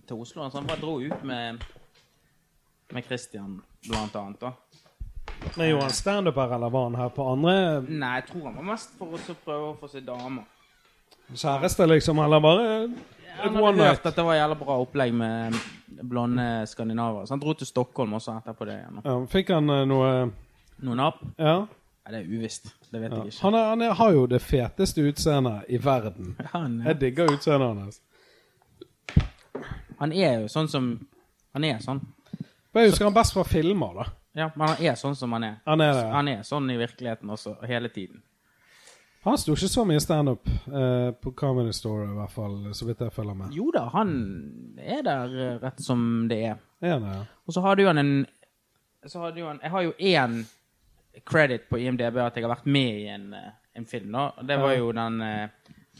Speaker 7: til Oslo. Så han bare dro ut med Med Kristian, blant annet. da.
Speaker 3: Men gjorde han standup her, eller var han her på andre
Speaker 7: Nei, jeg tror han var mest for å prøve å få seg damer.
Speaker 3: kjæreste, liksom? Eller bare
Speaker 7: Han
Speaker 3: et
Speaker 7: hadde
Speaker 3: one
Speaker 7: hørt
Speaker 3: night?
Speaker 7: at det var jævla bra opplegg med blonde skandinaver. Så han dro til Stockholm også etterpå det igjen. da.
Speaker 3: Ja, fikk han eh, noe
Speaker 7: Noen napp?
Speaker 3: Ja.
Speaker 7: Nei, det er uvisst. Det vet jeg ikke.
Speaker 3: Han, er, han er, har jo det feteste utseendet i verden.
Speaker 7: Han,
Speaker 3: Jeg digger utseendet hans.
Speaker 7: han er jo sånn som Han er sånn.
Speaker 3: Men Jeg husker han best fra filmer, da.
Speaker 7: Ja, men han er sånn som han er.
Speaker 3: Han er det.
Speaker 7: Han er sånn i virkeligheten også, hele tiden.
Speaker 3: Han sto ikke så mye standup eh, på Comedy Store, i hvert fall, så vidt jeg følger med.
Speaker 7: Jo da, han er der eh, rett som det er.
Speaker 3: Er han det?
Speaker 7: Og så har du jo en så har du jo en, Jeg har jo én credit på IMDb at jeg har vært med i en, eh, en film. da. Og Det var jo den eh,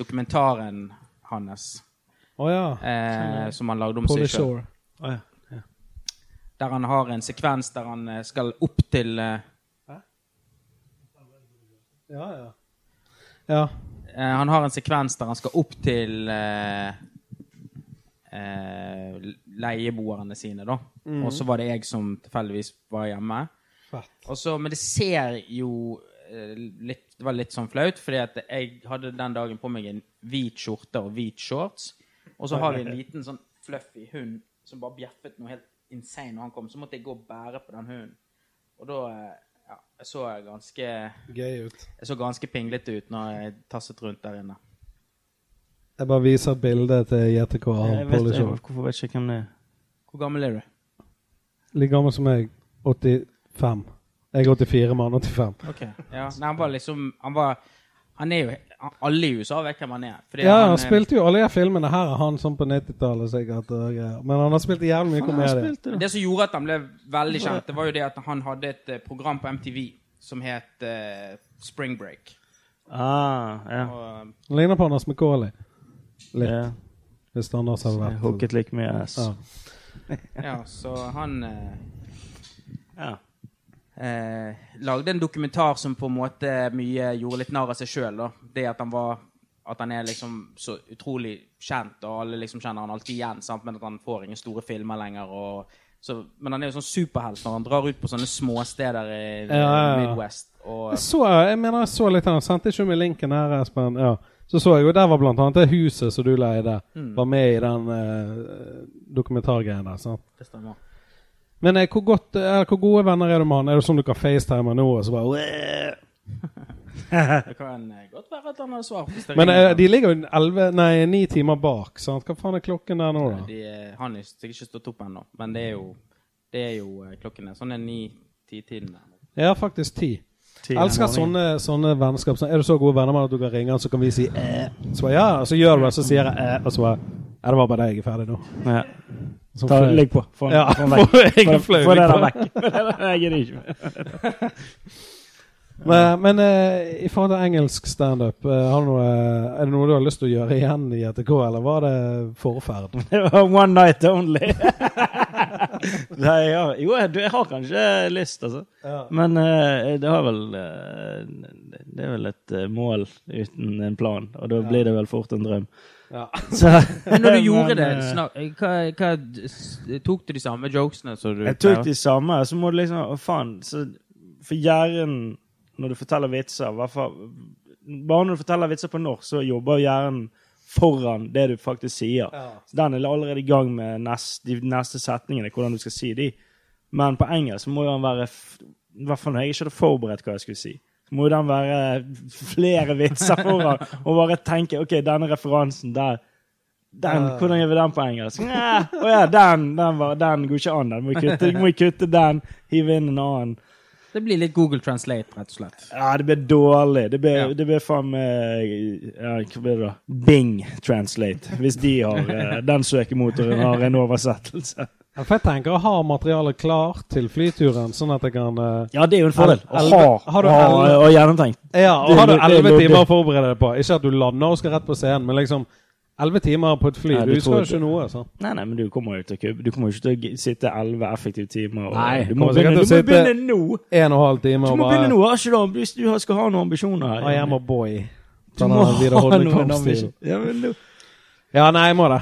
Speaker 7: dokumentaren hans
Speaker 3: Å ja.
Speaker 7: eh, som han lagde om
Speaker 2: Polly
Speaker 7: seg sjøl.
Speaker 2: Shore.
Speaker 3: Å ja.
Speaker 7: Der han har en sekvens der han eh, skal opp til eh,
Speaker 3: Ja, ja. Ja.
Speaker 7: eh, Han har en sekvens der han skal opp til eh, eh, leieboerne sine, da. Og så var det jeg som tilfeldigvis var hjemme.
Speaker 3: Fett.
Speaker 7: Og så, men det ser jo eh, litt, Det var litt sånn flaut, fordi at jeg hadde den dagen på meg en hvit skjorte og hvit shorts. Og så har vi en liten sånn fluffy hund som bare bjeffet noe helt insane når han kom. Så måtte jeg gå og bære på den hunden. Og da eh, ja, jeg så jeg ganske jeg
Speaker 3: Gøy ut.
Speaker 7: så ganske pinglete ut når jeg tasset rundt der inne.
Speaker 3: Jeg bare viser bildet til JTK av
Speaker 5: Jeg vet,
Speaker 3: Polly
Speaker 5: jeg,
Speaker 3: Shore.
Speaker 5: hvorfor vet jeg ikke hvem det er?
Speaker 7: Hvor gammel er du?
Speaker 3: Like gammel som meg. 85. Jeg er 84, mann 85.
Speaker 7: Ok. Ja, nei, han var liksom Han var Han er jo han- Alle i USA vet hvem han er. Fordi
Speaker 3: Ja, han
Speaker 7: eh,
Speaker 3: spilte jo alle de filmene her er han sånn på 90-tallet sikkert. Og, greier. men han har spilt jævlig mye
Speaker 5: Ah,
Speaker 3: komedie.
Speaker 7: Men Det som gjorde at han ble veldig kjent, det var jo det at han hadde et eh, program på MTV som het eh, Spring Break.
Speaker 5: Ah, ja.
Speaker 7: Og,
Speaker 3: Han ligner på Anders McCauley. Litt. Ah.
Speaker 5: ja.
Speaker 3: Hvis han også hadde
Speaker 5: Jeg
Speaker 3: vært
Speaker 5: hooket like mye ass.
Speaker 3: Ja.
Speaker 7: ja, så han eh,
Speaker 5: Ja.
Speaker 7: eh, lagde en dokumentar som på en måte mye gjorde litt narr av seg sjøl. Det at han var At han er liksom så utrolig kjent, og alle liksom kjenner han alltid igjen, sant? men at han får ingen store filmer lenger. Og, så, men han er jo sånn superhelt når han drar ut på sånne småsteder i
Speaker 3: ja, ja.
Speaker 7: Midwest. Og,
Speaker 3: Jeg så, jeg mener jeg så litt av den. Sendte ikke du meg linken her, Espen? Ja. Så så jeg jo, der var blant annet det huset som du leide, var med i den eh, dokumentargreien der. sant?
Speaker 7: det stemmer.
Speaker 3: Men eh, hvor, godt, eh, hvor gode venner er du med han? Er det sånn du kan facetime nå? Og så bare, "Åh!"
Speaker 7: Det kan eh, godt være at han har svart. hvis det
Speaker 3: Men
Speaker 7: ringer.
Speaker 3: eh, de ligger jo 11, nei, 9 timer bak. sant? Hva faen er klokken der nå, da?
Speaker 7: de, er- han er sikkert ikke stått opp ennå, men det er jo, det er jo eh, klokken er sånn er ni-ti-tiden.
Speaker 3: Ja, faktisk 10.
Speaker 5: Ti
Speaker 3: Jeg elsker
Speaker 5: om morgenen.
Speaker 3: sånne, sånne vennskap. Sånn, er du så gode venner med at du kan ringe han, så kan vi si eh. Så bare, ja, og så gjør du det, så sier jeg eh, og så bare Ja, det var bare det, jeg er ferdig nå.
Speaker 5: Ja.
Speaker 3: Så
Speaker 5: Ta,
Speaker 3: flau.
Speaker 5: legg på. Få den,
Speaker 3: Ja,
Speaker 5: få den vekk.
Speaker 3: jeg er
Speaker 5: Få
Speaker 3: flau.
Speaker 5: få
Speaker 3: legg
Speaker 5: den
Speaker 3: på.
Speaker 5: der vekk. Jeg gidder ikke mer.
Speaker 3: Men, men eh, i forhold til engelsk standup, eh, har du noe, er det noe du har lyst til å gjøre igjen i ETK, eller var det forferd?
Speaker 5: Det var One night only. Nei, jeg har, jo, jeg, du, jeg har kanskje lyst, altså. Men eh, det, har vel, eh, det er vel et eh, mål uten en plan, og da blir det vel fort en drøm.
Speaker 3: Ja.
Speaker 5: Så,
Speaker 7: Men når du gjorde
Speaker 5: Men,
Speaker 7: det,
Speaker 5: eh,
Speaker 7: snak, eh, hva, hva d- s- Tok du de samme jokesene som du
Speaker 5: Jeg tok
Speaker 7: pleier?
Speaker 5: de samme, så må du liksom Å, faen. Så, for hjernen, når du forteller vitser i hvert fall, Bare når du forteller vitser på norsk, så jobber hjernen foran det du faktisk sier. Så den er allerede i gang med nest, de neste setningene, hvordan du skal si de. Men på engelsk må jo den være f- I hvert fall når jeg ikke hadde forberedt hva jeg skulle si. Så må jo den være flere vitser foran, og bare tenke OK, denne referansen der den, Hvordan gjør vi den på engelsk? Næ, Å ja, den, den, var, den går ikke an. Den må vi kutte, må vi kutte den, hive inn en annen.
Speaker 7: Det blir litt Google Translate, rett og slett.
Speaker 5: Ja, det ble dårlig. Det ble,
Speaker 7: Ja.
Speaker 5: det ble faen meg ja, Hva blir det da? Bing Translate. Hvis de har eh, den søkemotoren har en oversettelse.
Speaker 3: Ja, For jeg tenker å ha materialet klart til flyturen, sånn at jeg kan eh,
Speaker 5: Ja, det er jo en fordel. Å ha,
Speaker 3: Elleve- har du
Speaker 5: ha,
Speaker 3: elleve-
Speaker 5: og gjennomtenkt.
Speaker 3: Ja, og
Speaker 5: Det-
Speaker 3: har du
Speaker 5: det- det-
Speaker 3: elleve
Speaker 5: det-
Speaker 3: timer å forberede deg på. Ikke at du lander og skal rett på scenen, men liksom elleve timer på et fly.
Speaker 5: Ja,
Speaker 3: Du
Speaker 5: du
Speaker 3: husker jo
Speaker 5: tror-
Speaker 3: ikke noe. altså. sant?
Speaker 5: Nei, nei, men du kommer jo til å kub- Du kommer jo ikke til å g- sitte elleve effektive timer. Og,
Speaker 3: Nei,
Speaker 5: du må,
Speaker 3: kommer sikkert
Speaker 5: begynne, du må
Speaker 3: til å sitte-
Speaker 5: begynne nå!
Speaker 3: En og en halv time
Speaker 5: Du
Speaker 3: og
Speaker 5: må
Speaker 3: bare
Speaker 5: begynne nå, har ikke du, hvis du skal ha noen ambisjoner her.
Speaker 3: I am a boy. Sånn
Speaker 5: du
Speaker 3: Denne
Speaker 5: må ha
Speaker 3: videreholdende
Speaker 5: noen
Speaker 3: kampstilen.
Speaker 5: ambisjoner. Ja, men du,
Speaker 3: Ja, nei, jeg må det.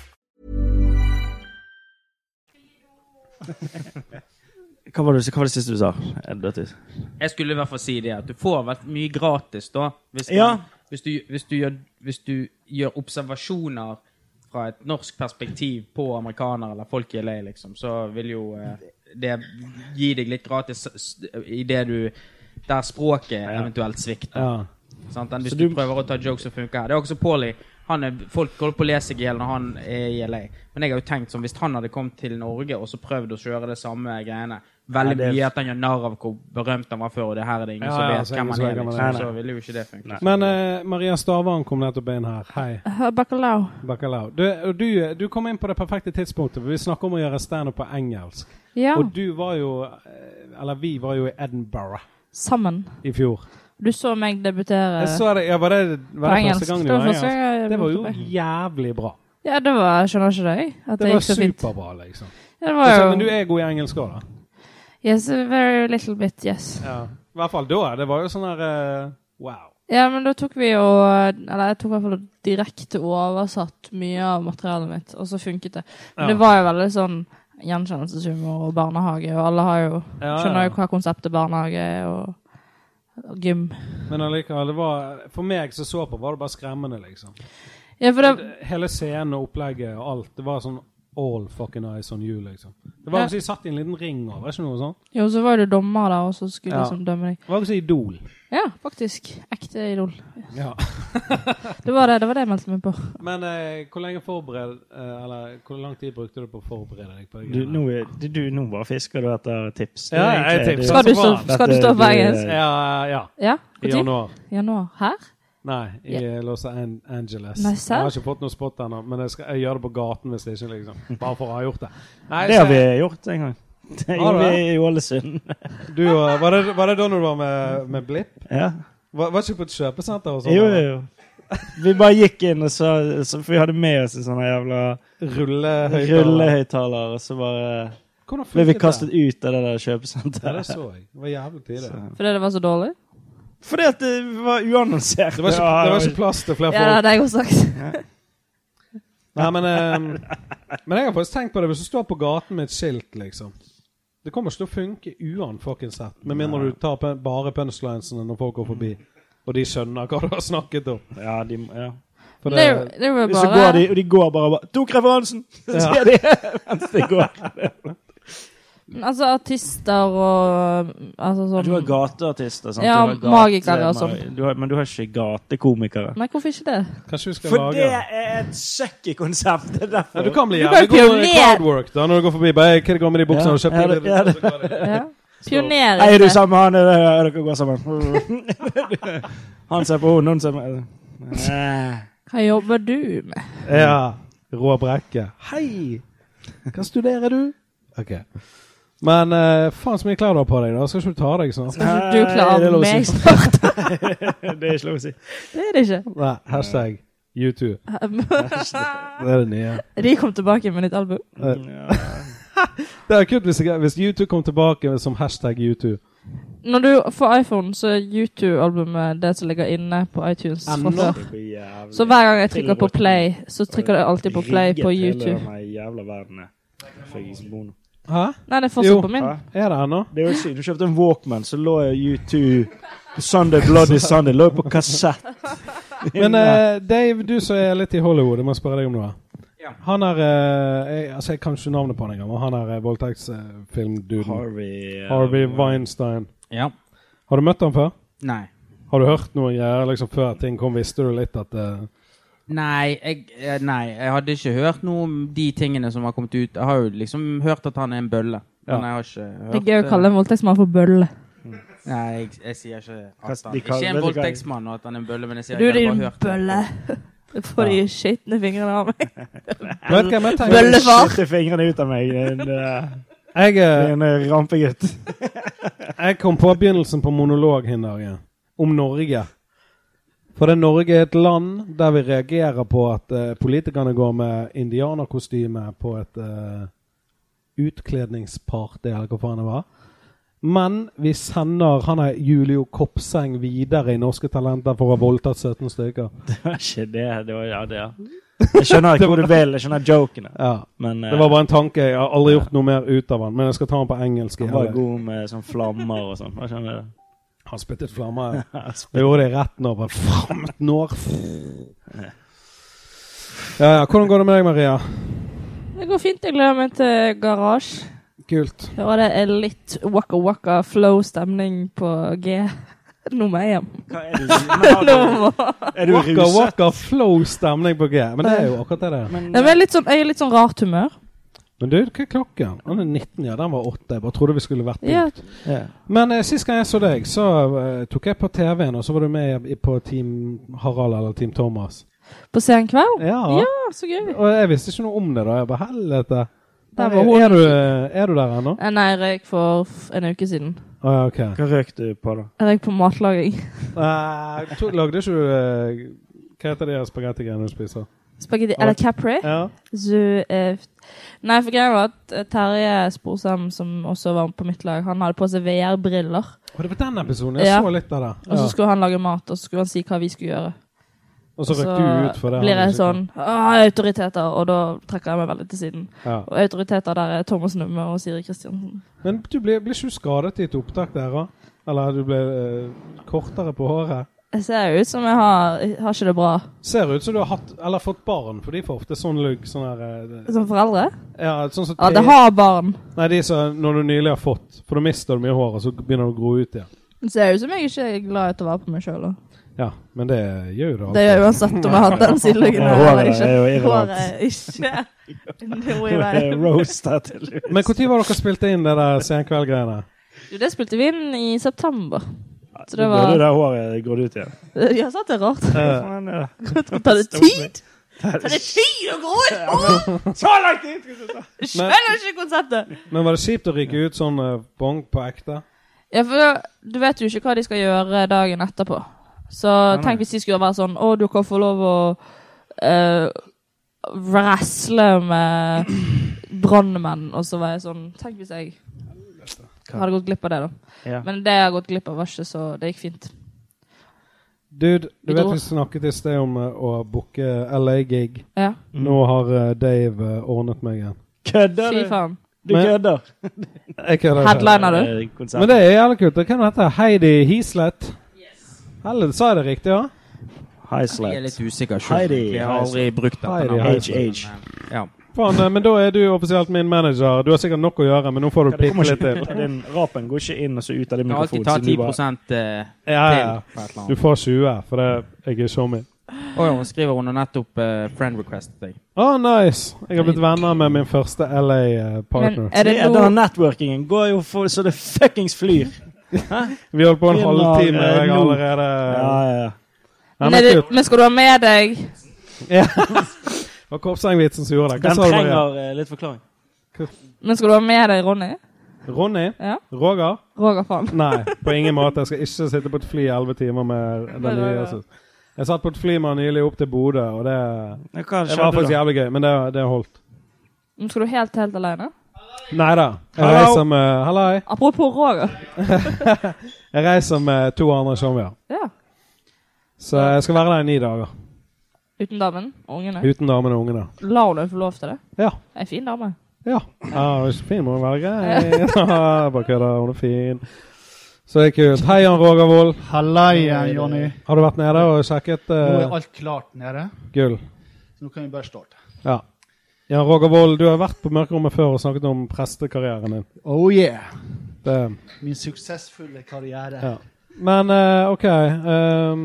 Speaker 5: Hva var, det, hva var det er siste du sa? Dette.
Speaker 7: Jeg skulle i hvert fall si det, at du får vel mye gratis, da. Hvis, man,
Speaker 5: Ja.
Speaker 7: hvis, du, hvis, du gjør, hvis du gjør observasjoner fra et norsk perspektiv på amerikanere eller folk i LA, liksom, så vil jo eh, det gi deg litt gratis s- i det du Der språket eventuelt svikter.
Speaker 5: Ja.
Speaker 7: Sant? Enn hvis
Speaker 5: Så
Speaker 7: du,
Speaker 5: du-
Speaker 7: prøver å ta jokes som funker her. Det er også Paulie. Han er, folk holder på å lese seg i hjel når han er i LA. Men jeg har jo tenkt sånn, hvis han hadde kommet til Norge og så prøvd å kjøre det samme greiene veldig
Speaker 5: Nei, det-
Speaker 7: mye at han gjør narr av hvor berømt han var før, og det her er det ingen
Speaker 3: Ja,
Speaker 7: som
Speaker 3: ja,
Speaker 7: vet
Speaker 3: så
Speaker 7: hvem
Speaker 3: ingen
Speaker 7: han
Speaker 3: som
Speaker 7: er,
Speaker 3: vet hvem han
Speaker 7: liksom,
Speaker 3: er.
Speaker 7: så ville jo ikke det funke.
Speaker 3: Men eh, Maria Stavang kom nettopp inn her. Hei.
Speaker 8: Bacalao.
Speaker 3: Bacalao. Du, og du, du kom inn på det perfekte tidspunktet. for Vi snakker om å gjøre standup på engelsk.
Speaker 8: Ja.
Speaker 3: Og du var jo eh, Eller vi var jo i Edinburgh
Speaker 8: Sammen.
Speaker 3: i fjor.
Speaker 8: Du så meg debutere
Speaker 3: Jeg så det, ja, var det, var
Speaker 8: På
Speaker 3: det
Speaker 8: engelsk.
Speaker 3: første gang
Speaker 8: Det
Speaker 3: du
Speaker 8: var
Speaker 3: var
Speaker 8: første gang
Speaker 3: engelsk?
Speaker 8: jeg
Speaker 3: Det var jo
Speaker 8: begynte på
Speaker 3: jævlig bra.
Speaker 8: Ja, det var Jeg skjønner ikke det, jeg. At det,
Speaker 3: Det var
Speaker 8: gikk så fint.
Speaker 3: superbra, liksom.
Speaker 8: Ja, det var
Speaker 3: Så-
Speaker 8: jo
Speaker 3: Men du er god i engelsk òg, da?
Speaker 8: Yes, a very little bit, yes.
Speaker 3: Ja. I hvert fall da. Det var jo sånn her eh, Wow.
Speaker 8: Ja, men da tok vi jo Eller jeg tok i hvert fall og direkte oversatt mye av materialet mitt, og så funket det. Men
Speaker 3: Ja.
Speaker 8: det var jo veldig sånn gjenkjennelseshumor og barnehage, og alle har jo
Speaker 3: Ja, ja.
Speaker 8: skjønner jo hva konseptet barnehage er, og, og gym.
Speaker 3: Men allikevel, det var For meg som så på, var det bare skremmende, liksom.
Speaker 8: Ja, for det,
Speaker 3: Hele scenen og opplegget og alt. Det var sånn all fucking eyes on you, liksom. Det var
Speaker 8: Ja.
Speaker 3: akkurat som de satt i en liten ring over, ikke noe sånt?
Speaker 8: jo, så var det jo dommer der, og så skulle
Speaker 3: Ja.
Speaker 8: liksom dømme deg.
Speaker 3: Det var akkurat som Idol.
Speaker 8: Ja, faktisk. Ekte Idol.
Speaker 3: Ja.
Speaker 8: Det var det, det var det jeg meldte meg på.
Speaker 3: Men eh, hvor lenge forbered eh, Eller hvor lang tid brukte du på å forberede deg på det?
Speaker 5: Du, nå, er- du, du, nå bare fisker du etter tips. Det er
Speaker 3: Ja, jeg
Speaker 5: egentlig-
Speaker 3: tipser
Speaker 5: det-
Speaker 3: Skal du stå-
Speaker 5: Dette-
Speaker 8: skal du stå på
Speaker 5: det-
Speaker 8: engelsk?
Speaker 3: Ja, ja.
Speaker 8: Ja,
Speaker 3: I
Speaker 8: hvor tid?
Speaker 3: januar.
Speaker 8: Januar. Her?
Speaker 3: Nei, i Los An Angeles.
Speaker 8: Nei,
Speaker 3: jeg
Speaker 8: serr?
Speaker 3: har ikke fått noe spot ennå, men jeg, skal, jeg gjør det på gaten hvis ikke, liksom. Bare for å ha gjort det. Nei,
Speaker 5: Det har
Speaker 3: så-
Speaker 5: vi gjort en gang. Det
Speaker 3: Har du
Speaker 5: gjorde vi
Speaker 3: det?
Speaker 5: i Ålesund.
Speaker 3: Du, og- var, det, var det da når du var med, med Blipp?
Speaker 5: Ja.
Speaker 3: Var, var ikke du på et kjøpesenter og sånn?
Speaker 5: Jo, jo, jo. Vi bare gikk inn, og så, så for vi hadde med oss en sånn jævla
Speaker 3: Rullehøyttaler.
Speaker 5: rullehøyttaler, og så bare
Speaker 3: Hvordan funket
Speaker 5: ble vi
Speaker 3: det?
Speaker 5: kastet ut av det der
Speaker 3: Ja, det
Speaker 5: kjøpesenteret.
Speaker 3: så jeg. Det var jævlig tidlig.
Speaker 5: Så-
Speaker 8: Fordi det var så dårlig?
Speaker 5: Fordi at det var uannonsert.
Speaker 3: Det var ikke, det var ikke plass til flere
Speaker 8: Ja, det
Speaker 3: folk.
Speaker 8: hadde jeg også sagt.
Speaker 3: Nei, men, eh, men jeg har faktisk tenkt på det. Hvis du står på gaten med et skilt, liksom Det kommer ikke til å funke uanfuckings-sett. Med mindre du tar pen, bare punchlinesene når folk går forbi, og de skjønner hva du har snakket om.
Speaker 5: Ja, de, må- ja.
Speaker 3: For
Speaker 8: Det er jo- det er jo
Speaker 5: Hvis så går
Speaker 8: bare-
Speaker 5: de, og de går bare bare Tok referansen!
Speaker 3: Ja.
Speaker 5: Sier de mens de går.
Speaker 8: Men Altså artister og altså, sånn.
Speaker 5: Du har gateartister, sant?
Speaker 8: Ja,
Speaker 5: Du har gate-
Speaker 8: magikere og sånn.
Speaker 5: Du har, men du har ikke gatekomikere.
Speaker 8: Nei, hvorfor ikke det?
Speaker 3: Kanskje vi skal
Speaker 5: For det
Speaker 3: lage
Speaker 5: er et sucky konsept. Det er
Speaker 3: ja,
Speaker 5: derfor.
Speaker 3: Du kan bli
Speaker 8: Du kan
Speaker 3: jævlig god i
Speaker 8: pioner.
Speaker 3: crowdwork da, når du går forbi. Bare, 'Hva er det går med de buksene?' og
Speaker 5: Ja, det- ja,
Speaker 3: kjøper
Speaker 5: det-
Speaker 8: Ja. Pioner.
Speaker 5: Nei, er du sammen med han? Er det- er Dere går sammen. Han ser på henne, hun ser på Nei.
Speaker 8: Hva jobber du med?
Speaker 3: Ja. Rå brekke. Hei! Hva studerer du? OK. Men eh, faen så mye klær du har på deg, da. Skal ikke du ta deg sånn?
Speaker 8: Kanskje du
Speaker 5: Nei, det er
Speaker 8: klarer
Speaker 5: lov å
Speaker 8: meg
Speaker 5: si.
Speaker 8: snart?
Speaker 5: Det er ikke lov å si.
Speaker 8: Det er det ikke.
Speaker 3: Nei, hashtag YouTube. Det er det nye.
Speaker 8: De kom tilbake med nytt album.
Speaker 5: Ja.
Speaker 3: Det er kult hvis, jeg- hvis YouTube kom tilbake som hashtag YouTube.
Speaker 8: Når du får iPhone, så er U2-albumet det som ligger inne på iTunes fra
Speaker 3: Ennå?
Speaker 8: før.
Speaker 5: Det blir jævlig.
Speaker 8: Så hver gang jeg trykker på play, så trykker jeg alltid på play på
Speaker 5: Rigget hele
Speaker 8: YouTube.
Speaker 5: denne jævla verden her. Fikk ikke bono.
Speaker 3: Hæ?
Speaker 8: Nei, det er
Speaker 3: Jo.
Speaker 8: fortsatt Sånn på min.
Speaker 5: Hæ?
Speaker 3: Er det ennå?
Speaker 5: Det er jo sykt. Du kjøpte en Walkman, så lå jo U2 Sunday Bloody Sunday lå jo på kassett. eh,
Speaker 3: Men eh, Dave, du som er litt i Hollywood, jeg må spørre deg om noe. Han er eh, jeg, Altså, jeg kan ikke navnet på han engang. men Han er eh, voldtektsfilmduden.
Speaker 5: Harvey, eh,
Speaker 3: Harvey Weinstein.
Speaker 7: Ja.
Speaker 3: Har du møtt ham før?
Speaker 7: Nei.
Speaker 3: Har du hørt noe greier liksom, før ting kom? Visste du litt at eh,
Speaker 7: Nei jeg, eh, nei, jeg hadde ikke hørt noe om de tingene som har kommet ut. Jeg har jo liksom hørt at han er en bølle. Men jeg har ikke hørt
Speaker 8: Det er gøy å kalle en voldtektsmann for bølle.
Speaker 7: Nei, jeg, jeg sier ikke at han
Speaker 5: de
Speaker 7: ikke
Speaker 5: kaller-
Speaker 7: er
Speaker 5: vet
Speaker 7: en
Speaker 5: du hva-
Speaker 7: voldtektsmann og at han er en bølle, men jeg sier
Speaker 8: Du,
Speaker 7: jeg har
Speaker 8: din
Speaker 7: bare hørt det.
Speaker 8: bølle. Jeg får de skitne fingrene av meg.
Speaker 3: Vet du hva jeg tenker?
Speaker 8: Bøllefar.
Speaker 5: Skytte fingrene ut av meg. En,
Speaker 3: Jeg, eh,
Speaker 5: en eh, rampegutt.
Speaker 3: Jeg kom på begynnelsen på monologhinderet om Norge. For det Norge er et land der vi reagerer på at eh, politikerne går med indianerkostyme på et eh, utkledningsparty, eller hva faen det var. Men vi sender han er Julio Kopseng videre i Norske Talenter for å ha voldtatt 17 stykker.
Speaker 5: Det var ikke det. det var, ja, det, ja. Jeg skjønner ikke hvor du vil. Jeg skjønner jokene.
Speaker 3: Ja.
Speaker 5: Men, eh,
Speaker 3: Det var bare en tanke. Jeg har aldri gjort noe mer ut av han, men jeg skal ta han på engelsk. i
Speaker 5: Han var
Speaker 3: helgen.
Speaker 5: god med sånn flammer og sånn. Hva skjønner du?
Speaker 3: Han spyttet flammer. ja.
Speaker 5: Han
Speaker 3: Jeg gjorde det i retten over. Framt når. Ja, ja. Hvordan går det med deg, Maria?
Speaker 8: Det går fint. Jeg gleder meg til garasje.
Speaker 3: Kult.
Speaker 8: Hører det er litt waka-waka flow-stemning på G. Nå må jeg hjem.
Speaker 5: Hva er det? Men har
Speaker 8: du-
Speaker 5: er du
Speaker 3: Waka
Speaker 5: ruset?
Speaker 3: waka flow stemning på G. Men det er jo akkurat det det er.
Speaker 8: Nei, men Jeg er litt sånn, jeg er litt sånn rart humør.
Speaker 3: Men du, hva er klokken? Han er 19, ja. Den var 8. Jeg bare trodde vi skulle vært
Speaker 8: Ja.
Speaker 3: ut. Men eh, sist gang jeg så deg, så eh, tok jeg på TV-en, og så var du med i, på Team Harald eller Team Thomas.
Speaker 8: På sen kveld.
Speaker 3: Ja.
Speaker 8: så gøy.
Speaker 3: Og jeg visste ikke noe om det da. Jeg bare helvete.
Speaker 8: Der
Speaker 3: Er,
Speaker 8: var hun.
Speaker 3: er, du, er du der ennå?
Speaker 8: Eh, Nei, jeg røyk for f- en uke siden.
Speaker 3: Å ja, OK.
Speaker 5: Hva røk du på, da?
Speaker 8: Jeg røyk på matlaging.
Speaker 3: Eh, to- lagde ikke du eh, Hva heter de her spagettigreiene du spiser?
Speaker 8: Spagetti eller capri.
Speaker 3: Ja.
Speaker 8: Så, eh, nei, for greia var at eh, Terje Sporsem, som også var på mitt lag, han hadde på seg VR-briller.
Speaker 3: Og det var den episoden. Jeg
Speaker 8: Ja.
Speaker 3: så litt av det.
Speaker 8: Og så
Speaker 3: Ja.
Speaker 8: skulle han lage mat, og så skulle han si hva vi skulle gjøre.
Speaker 3: Og så røk du ut for det.
Speaker 8: blir
Speaker 3: han
Speaker 8: jeg
Speaker 3: ikke-
Speaker 8: sånn «Åh, autoriteter, og da trekker jeg meg veldig til siden.
Speaker 3: Ja.
Speaker 8: Og autoriteter der er Thomas Numme og Siri Kristiansen.
Speaker 3: Men du ble, ble ikke du skadet i et opptak der, da? Eller du ble eh, kortere på håret?
Speaker 8: Jeg ser jo ut som jeg har, jeg har ikke det bra
Speaker 3: Ser ut som du har hatt, eller fått barn, for de får ofte sånn lugg. Sånn her eh, det-
Speaker 8: som foreldre.
Speaker 3: ja, sånn som
Speaker 8: Ja,
Speaker 3: te-
Speaker 8: det har barn.
Speaker 3: Nei, de som når du nylig har fått. For da mister du mye hår, og så begynner det å gro ut igjen.
Speaker 8: Det ser ut som jeg ikke er glad etter å være på meg sjøl.
Speaker 3: Ja, men det gjør jo det.
Speaker 8: Det gjør uansett om jeg har hatt den sideluggen
Speaker 3: Ja,
Speaker 8: her eller
Speaker 3: håret
Speaker 8: ikke.
Speaker 3: er jo irrelevant.
Speaker 8: Håret er ikke noe i
Speaker 5: Eh,
Speaker 8: veien.
Speaker 5: Roasta, tydeligvis.
Speaker 3: Men når var dere spilte inn det der senkveld-greiene?
Speaker 8: Du, Det spilte vi inn i september.
Speaker 5: Det
Speaker 8: Så det
Speaker 5: var...
Speaker 8: var
Speaker 5: der håret grådd ut igjen.
Speaker 8: Jeg har sagt det er rart.
Speaker 5: Faen, ja.
Speaker 8: Tar det tid? Tar det tid å gå ut? Åh!
Speaker 5: Så lang tid! skal det ta.
Speaker 8: Jeg Skjønner ikke konseptet.
Speaker 3: Men var det kjipt å ryke ut sånn eh, bong på ekte?
Speaker 8: Ja, for du vet jo ikke hva de skal gjøre dagen etterpå. Så
Speaker 3: nei.
Speaker 8: tenk hvis de skulle være sånn Å, du kan få lov å uh, wrestle med brannmenn. Og så var jeg sånn Tenk hvis jeg hadde gått glipp av det, da.
Speaker 3: Ja.
Speaker 8: Men det jeg har gått glipp av, var ikke så Det gikk fint.
Speaker 3: Dude, du
Speaker 8: Vi
Speaker 3: vet
Speaker 8: dro-
Speaker 3: vi snakket i sted om eh, å booke LA-gig.
Speaker 8: Ja.
Speaker 3: Nå har eh, Dave eh, ordnet meg en.
Speaker 5: Kødder
Speaker 8: Fy
Speaker 5: du?
Speaker 8: faen.
Speaker 5: Du
Speaker 3: Men-
Speaker 5: kødder.
Speaker 3: Jeg kødder.
Speaker 8: Headliner du?
Speaker 5: Eh, konsert.
Speaker 3: Men det er jævlig kult. Hva er dette? Heidi Hislett? Helvete, sa jeg det riktig, ja?
Speaker 5: Highslap.
Speaker 7: Jeg er litt usikker selv.
Speaker 5: Heidi,
Speaker 7: egentlig. Jeg har aldri brukt det.
Speaker 3: Heidi,
Speaker 5: HH.
Speaker 7: Ja.
Speaker 3: Faen, eh, men da er du offisielt min manager. Du har sikkert nok å gjøre, men nå får du
Speaker 5: Det
Speaker 3: pikke
Speaker 5: kommer
Speaker 3: litt
Speaker 5: ikke
Speaker 3: til.
Speaker 5: ut av din, rapen går ikke inn og så ut av din
Speaker 7: Jeg kan
Speaker 5: mikrofon.
Speaker 7: alltid ta
Speaker 5: så du
Speaker 7: 10
Speaker 5: bare-
Speaker 7: eh, til.
Speaker 3: Ja, ja.
Speaker 7: på et eller
Speaker 3: Du
Speaker 7: annet.
Speaker 3: får 20, for det, jeg er showman.
Speaker 7: Å ja, hun skriver hun har nettopp eh, friend request til deg.
Speaker 3: Å, nice! Jeg har blitt venner med min første eh, LA-partner.
Speaker 8: Er det
Speaker 5: Ja,
Speaker 8: noe-
Speaker 5: den networkingen går jo for, så det fuckings flyr.
Speaker 3: Vi holdt på en
Speaker 5: Vi lager
Speaker 3: halvtime, og jeg har
Speaker 5: nå.
Speaker 3: allerede
Speaker 5: Ja, ja, ja.
Speaker 3: Nei,
Speaker 8: Men,
Speaker 3: men
Speaker 8: er det,
Speaker 3: kult.
Speaker 8: men skal du ha med deg
Speaker 3: Ja. Det var Koppsengvitsen som gjorde det. Hva
Speaker 5: Den
Speaker 3: sa du, Maria?
Speaker 5: trenger eh, litt forklaring.
Speaker 8: Men skal du ha med deg Ronny?
Speaker 3: Ronny?
Speaker 8: Ja.
Speaker 3: Roger?
Speaker 8: Roger, faen.
Speaker 3: Nei, på ingen måte. Jeg skal ikke sitte på et fly i elleve timer med den
Speaker 8: Nei,
Speaker 3: nye
Speaker 8: nei, nei.
Speaker 3: Jesus. Jeg satt på et fly med han nylig opp til Bodø, og det,
Speaker 5: Ja, Hva
Speaker 3: det var
Speaker 5: skjedde
Speaker 3: faktisk
Speaker 5: da?
Speaker 3: jævlig gøy. Men det, det holdt.
Speaker 8: Men Skal du helt, helt alene?
Speaker 3: Nei da. Jeg
Speaker 5: Hallo.
Speaker 3: reiser med Halloi.
Speaker 8: Apropos Roger.
Speaker 3: Jeg reiser med to andre showmier.
Speaker 8: Ja.
Speaker 3: Så jeg skal være der i ni dager.
Speaker 8: Uten damen og ungene.
Speaker 3: Uten damene og ungene.
Speaker 8: La hun deg få lov til det?
Speaker 3: Ja.
Speaker 8: Ei fin dame.
Speaker 3: Ja. ja hun er fin må hun være grei. Bare kødda. Hun er fin. Så det er kult. Hei, Jan Roger Wold.
Speaker 9: Halleia, Jonny.
Speaker 3: Har du vært nede og sjekket
Speaker 9: Nå er
Speaker 3: eh,
Speaker 9: alt klart nede.
Speaker 3: gull?
Speaker 9: Så nå kan vi bare starte.
Speaker 3: Ja. Ja, Roger Wold, du har vært på Mørkerommet før og snakket om prestekarrieren din.
Speaker 9: Oh yeah.
Speaker 3: Det,
Speaker 9: Min suksessfulle karriere.
Speaker 3: ja. Men eh, OK ehm,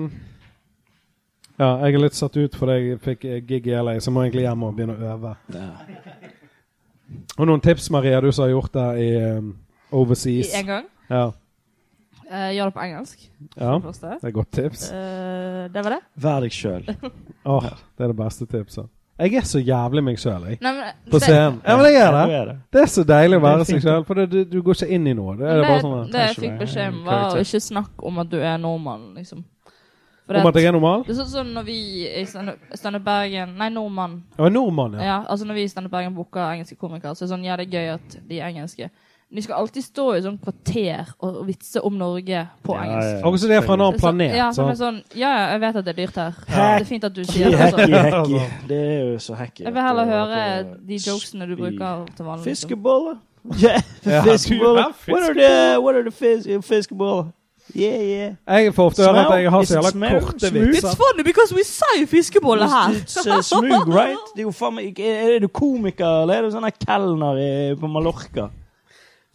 Speaker 3: Ja, jeg er litt satt ut fordi jeg fikk eh, gig i LA, så jeg må egentlig hjem og begynne å øve. Og noen tips, Maria, du som har gjort det i ehm, Overseas.
Speaker 8: I en gang?
Speaker 3: Ja.
Speaker 8: Eh, gjør det på engelsk.
Speaker 3: Ja,
Speaker 8: for første.
Speaker 3: det er et godt tips.
Speaker 8: Eh, det var det.
Speaker 9: Vær deg sjøl.
Speaker 3: Åh, det er det beste tipset. Jeg er så jævlig meg sjøl, jeg.
Speaker 8: Nei, men
Speaker 3: på
Speaker 8: det-
Speaker 3: scenen. Ja, men jeg
Speaker 8: Ja,
Speaker 3: er
Speaker 8: du er
Speaker 3: det.
Speaker 8: det.
Speaker 3: Det er så deilig å
Speaker 8: Det er
Speaker 3: være seg
Speaker 8: fint.
Speaker 3: sjøl, for det, du, du går ikke inn i noe. Det er bare sånn
Speaker 8: det jeg fikk beskjed om, var å ikke snakke om at du er nordmann, liksom. For
Speaker 3: Om at jeg er normal?
Speaker 8: Det er sånn som når vi i Stande Stande Bergen Nei, nordmann.
Speaker 3: Ja, nordmann, ja.
Speaker 8: altså Når vi i Stande Bergen booker engelske komikere, så er det sånn Ja, det er gøy at de er engelske. Men de skal alltid stå i sånn kvarter og vitse om Norge på
Speaker 3: Ja,
Speaker 8: engelsk.
Speaker 3: ja, ja. Akkurat som de er fra en annen
Speaker 8: Så-
Speaker 3: planet,
Speaker 8: Ja,
Speaker 3: sant?
Speaker 8: sånn, sånn, ja, ja, jeg vet at det er dyrt her.
Speaker 5: Ja.
Speaker 8: Det er fint at du sier det.
Speaker 5: Hacky,
Speaker 8: sånn.
Speaker 5: hacky. Det er jo så hacky. eh,
Speaker 8: Jeg vil heller høre de jokesene du bruker til vanlig. liksom.
Speaker 5: Fiskeboller? Yeah,
Speaker 3: Ja,
Speaker 5: fiskeboller.
Speaker 3: du er
Speaker 5: What are the, what are the fish, fiskeboller? Yeah, yeah.
Speaker 3: Jeg får ofte høre at jeg har så
Speaker 5: Smell?
Speaker 3: jævla
Speaker 5: Is it smell?
Speaker 3: korte
Speaker 5: Smooth?
Speaker 3: vitser.
Speaker 8: It's funny because we sier fiskeboller her.
Speaker 5: It's, it's, uh, smooth, right? Det er jo faen meg ikke- Er er du komiker, eller er du sånn her kelner i- eh, på Mallorca?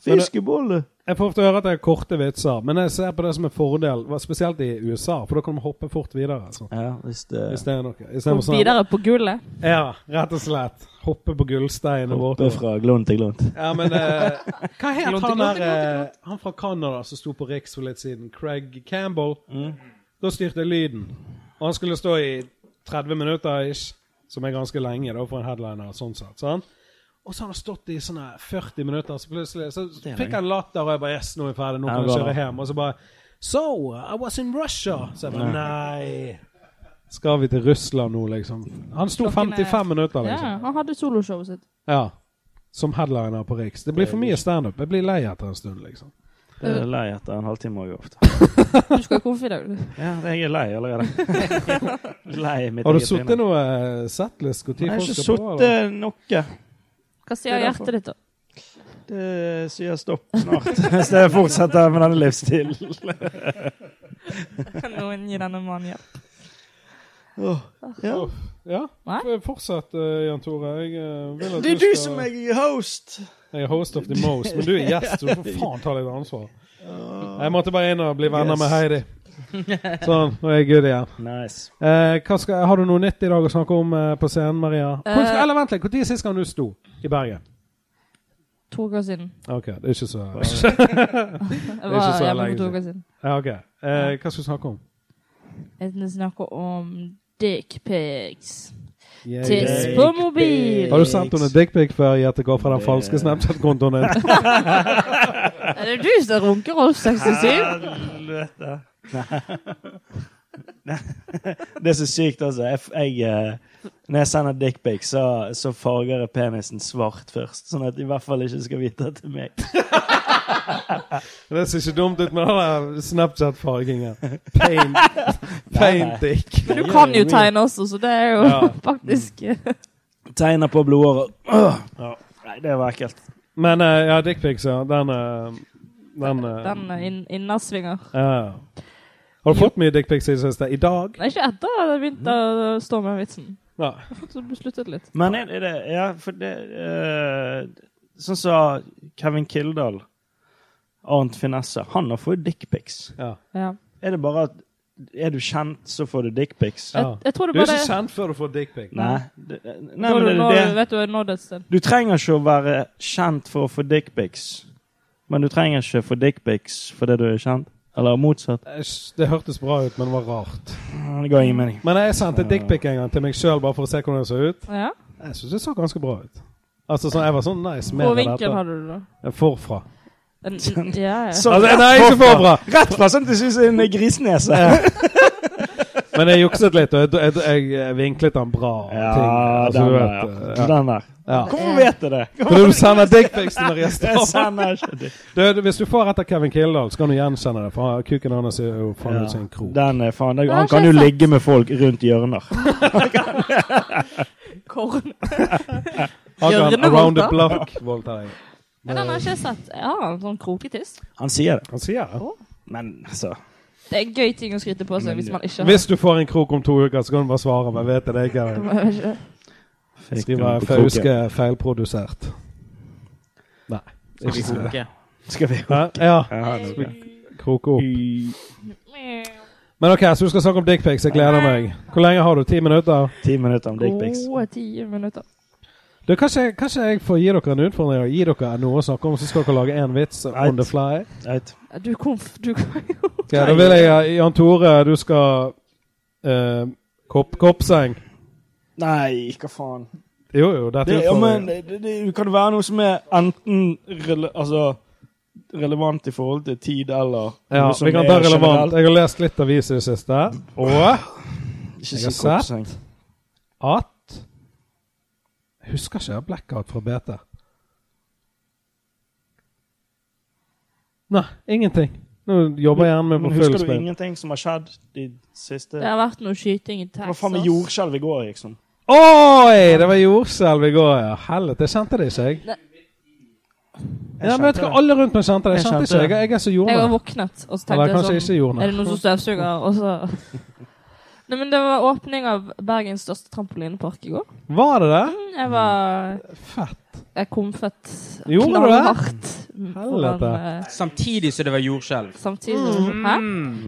Speaker 3: Men det-
Speaker 5: Fiskebolle.
Speaker 3: Jeg får ofte høre at jeg har korte vitser, men jeg ser på det som en fordel, hva- spesielt i USA, for da kan de hoppe fort videre. Altså.
Speaker 5: Ja, hvis det,
Speaker 3: hvis det er noe. I stedet
Speaker 8: Og
Speaker 3: for sånn-
Speaker 8: videre på gullet.
Speaker 3: Ja, rett og slett. Hoppe på gullsteinene
Speaker 5: Hoppe
Speaker 3: bortover.
Speaker 5: fra glønn til glønn.
Speaker 3: Ja, men eh, Hva het
Speaker 5: Glonte,
Speaker 3: han
Speaker 5: glonte,
Speaker 3: der eh, Han fra Canada som sto på Riks for litt siden? Craig Campbell.
Speaker 9: Mm.
Speaker 3: Da styrte jeg lyden. Og han skulle stå i 30 minutter ish, som er ganske lenge da, for en headliner. sånn sett, sant? Og så har han stått i sånne 40 minutter, så plutselig så
Speaker 9: er
Speaker 3: fikk
Speaker 9: lenge.
Speaker 3: han latter, og jeg bare Yes, nå er vi ferdig, nå
Speaker 9: Ja,
Speaker 3: kan vi
Speaker 9: bra,
Speaker 3: kjøre
Speaker 9: da.
Speaker 3: hjem. Og så bare So, I was in Russia. Så jeg bare
Speaker 9: Nei.
Speaker 3: Nei. Skal vi til Russland nå, liksom? Han sto
Speaker 8: Klokken er-
Speaker 3: 55 minutter, liksom.
Speaker 8: Ja, han hadde soloshowet sitt.
Speaker 3: Ja. Som headliner på Riks. Det blir for mye standup. Jeg blir lei etter en stund, liksom.
Speaker 5: Det er jeg lei etter en halvtime òg ofte.
Speaker 8: sånn, Du skal jo konfi i dag, du.
Speaker 5: Ja, jeg er lei allerede. lei mitt
Speaker 3: Har du
Speaker 5: eget
Speaker 3: sittet
Speaker 5: tryne.
Speaker 3: noe eh, setlist? Hvor tid
Speaker 5: Nei,
Speaker 3: folk
Speaker 5: ikke
Speaker 3: skal på, eller?
Speaker 5: sittet noe.
Speaker 8: Hva
Speaker 5: Det
Speaker 8: sier
Speaker 5: er derfor.
Speaker 8: hjertet ditt, da?
Speaker 5: Det sier stopp snart, hvis jeg fortsetter med denne
Speaker 8: Kan
Speaker 5: livsstilen.
Speaker 8: noen gi denne mannen hjelp?
Speaker 5: ja.
Speaker 3: ja. f- Fortsett, eh, Jan Tore. Jeg eh, vil at
Speaker 5: Det er du
Speaker 3: skal...
Speaker 5: som er host!
Speaker 3: Jeg er host of the most, men du er gjest, så du får faen ta litt ansvar.
Speaker 5: Ah.
Speaker 3: Jeg måtte bare inn og bli venner med Heidi. Sånn, nå er jeg good igjen.
Speaker 5: Nice.
Speaker 3: Eh, hva skal, har du noe nytt i dag å snakke om eh, på scenen, Maria? Hvor,
Speaker 8: Eh.
Speaker 3: eller vent litt, når sist gang du sto i Bergen?
Speaker 8: To uker siden.
Speaker 3: Ok, det er ikke så Det
Speaker 8: Jeg
Speaker 3: er ikke
Speaker 8: var
Speaker 3: så
Speaker 8: hjemme for
Speaker 3: lenge
Speaker 8: to uker siden.
Speaker 3: siden. Ja, ok. Eh, hva skal vi snakke om?
Speaker 8: Jeg snakker om dickpics.
Speaker 3: Yay.
Speaker 8: Tiss på mobil.
Speaker 3: Har du sendt henne dickpic før i at det går fra den falske Snapchat-kontoen din?
Speaker 8: Er det du som runker Rolf 67?
Speaker 5: Helvete. Det er så sykt, altså. Jeg, jeg, eh, når jeg sender dickpic, så, så farger jeg penisen svart først. Sånn at de i hvert fall ikke skal vite at det er meg.
Speaker 3: Det ser ikke dumt ut med den der Snapchat-fargingen. Paint, paint dick.
Speaker 8: Men du kan jo tegne også, så det er jo
Speaker 3: Ja.
Speaker 8: faktisk
Speaker 5: Tegner på blodåret. Åh! Nei, det var ekkelt.
Speaker 3: Men eh, ja, dickpics, ja. Den eh, Den, eh,
Speaker 8: Den inn- innersvinger.
Speaker 3: ja. Har du fått mye dickpics i det siste? I dag?
Speaker 8: Nei, ikke etter at jeg begynte å stå med vitsen.
Speaker 3: Ja.
Speaker 8: Jeg har fått besluttet litt.
Speaker 5: Men er er det Ja, for det eh, Sånn som Kevin Kildahl, Arnt Finesse, han har fått dickpics.
Speaker 3: Ja.
Speaker 8: Ja.
Speaker 5: Er det bare at er du kjent, så får du dickpics?
Speaker 8: Jeg- jeg tror det
Speaker 3: Du er
Speaker 8: bare-
Speaker 3: ikke kjent før du får dickpic.
Speaker 5: Nei. Det- Nei,
Speaker 8: Da
Speaker 5: men
Speaker 8: har
Speaker 5: det
Speaker 8: du
Speaker 5: er
Speaker 8: nådd-
Speaker 5: det.
Speaker 8: Vet du, jeg har nådd et sted.
Speaker 5: Du trenger ikke å være kjent for å få dickpics, men du trenger ikke få dickpics fordi du er kjent. Eller motsatt.
Speaker 3: Æsj, Det hørtes bra ut, men det var rart.
Speaker 5: Det ga ingen mening.
Speaker 3: Men jeg sendte dickpic en gang til meg sjøl bare for å se hvordan det så ut.
Speaker 8: Ja.
Speaker 3: Jeg syns det så ganske bra ut. Altså, sånn, Jeg var sånn nice med
Speaker 8: Hvor vinkel hadde du, da?
Speaker 3: Forfra.
Speaker 8: En- Ja, ja.
Speaker 5: Så
Speaker 3: Altså,
Speaker 5: rett
Speaker 3: nei, ikke
Speaker 5: forfra.
Speaker 3: forfra.
Speaker 5: Rett fra sånn at du syns en grisnese.
Speaker 3: Men jeg jukset litt, og jeg, jeg, jeg vinklet den bra. og
Speaker 5: Ja,
Speaker 3: ting. Altså,
Speaker 5: den
Speaker 3: du
Speaker 5: der,
Speaker 3: vet,
Speaker 5: ja.
Speaker 3: ja.
Speaker 5: Den der.
Speaker 3: Ja.
Speaker 5: Hvorfor vet du det?
Speaker 3: Fordi du sender dickpics til Maria
Speaker 5: Jeg
Speaker 3: Stavang.
Speaker 5: sender ikke dick-
Speaker 3: Du, du, Hvis du får etter Kevin Kildahl, så kan du gjenkjenne det. For han- kuken hans er jo faen
Speaker 5: Ja.
Speaker 3: ut som en krok.
Speaker 5: Den er faen,
Speaker 8: har
Speaker 5: Han
Speaker 8: ikke
Speaker 5: kan jo
Speaker 8: jeg
Speaker 5: ligge med folk rundt hjørner.
Speaker 8: Korn.
Speaker 3: Han kan
Speaker 8: Hjørnevoldta.
Speaker 3: around the block voldta deg.
Speaker 8: Men den har ikke jeg sett. Jeg har en sånn kroketiss.
Speaker 5: Han sier det.
Speaker 3: Han sier det.
Speaker 5: Men altså
Speaker 8: Det er en gøy ting å skryte på seg hvis man ikke har
Speaker 3: Hvis du får en krok om to uker, så kan du bare svare. Men vet jeg det er ikke det.
Speaker 5: Fikk
Speaker 3: Skriver
Speaker 5: den på
Speaker 3: Fauske
Speaker 5: kroken.
Speaker 3: feilprodusert. Nei.
Speaker 5: Skal vi
Speaker 3: ikke så-
Speaker 5: hooke? Skal vi
Speaker 3: Hæ?
Speaker 5: hooke?
Speaker 3: Ja.
Speaker 5: Ja,
Speaker 3: Skal
Speaker 5: hooke.
Speaker 3: vi Kroke opp. Men OK, så du skal snakke om dickpics. Jeg gleder meg. Hvor lenge har du? Ti minutter?
Speaker 5: Ti minutter om
Speaker 8: Gode ti minutter.
Speaker 3: Du, kanskje, kanskje jeg får gi dere en utfordring og gi dere noe å snakke om, så skal dere lage én vits on the fly?
Speaker 8: Du konf... Du kan jo
Speaker 3: Ja, da vil jeg ha Jan Tore, du skal eh, kopp, Koppseng.
Speaker 5: Nei, hva faen.
Speaker 3: Jo, jo, dette
Speaker 5: Det,
Speaker 3: er
Speaker 5: ja, men
Speaker 3: utfordringen.
Speaker 5: det, det, det kan være noe som er enten rele, altså, relevant i forhold til tid, eller
Speaker 3: Ja,
Speaker 5: noe som
Speaker 3: vi kan
Speaker 5: er
Speaker 3: ta relevant.
Speaker 5: generelt.
Speaker 3: Jeg har lest litt avis i det siste. Og
Speaker 5: Ikke
Speaker 3: jeg har
Speaker 5: si
Speaker 3: sett
Speaker 5: koppseng.
Speaker 3: at Jeg husker ikke jeg har blackout fra BT. Nei, ingenting. Nå jobber hjernen min
Speaker 5: Men
Speaker 3: på full
Speaker 5: Husker du
Speaker 3: spill.
Speaker 5: ingenting som har skjedd de siste
Speaker 8: Det har vært noe skyting i
Speaker 5: Det
Speaker 8: Texas.
Speaker 5: var faen meg jordskjelv i går, liksom.
Speaker 3: Oi! Det var jordskjelv i går, ja. Helvete, jeg kjente det ikke, jeg. Ja, men vet du hva, Alle rundt meg kjente det. Jeg kjente ikke, jeg, jeg er så
Speaker 8: Jeg har
Speaker 3: jordnær.
Speaker 8: våknet, og så
Speaker 3: Eller
Speaker 8: tenkte jeg
Speaker 3: kanskje
Speaker 8: sånn
Speaker 3: ikke jordnær.
Speaker 8: Er det noen som støvsuger? Og så Nei, men det var åpning av Bergens største trampolinepark i går.
Speaker 3: Var det det?
Speaker 8: Mm, Jeg var
Speaker 3: Fett.
Speaker 8: Jeg komfet
Speaker 7: Gjorde du det?
Speaker 8: knallhardt.
Speaker 7: Helvete.
Speaker 8: foran, eh,
Speaker 7: Samtidig som det var jordskjelv.
Speaker 8: Samtidig som Hæ?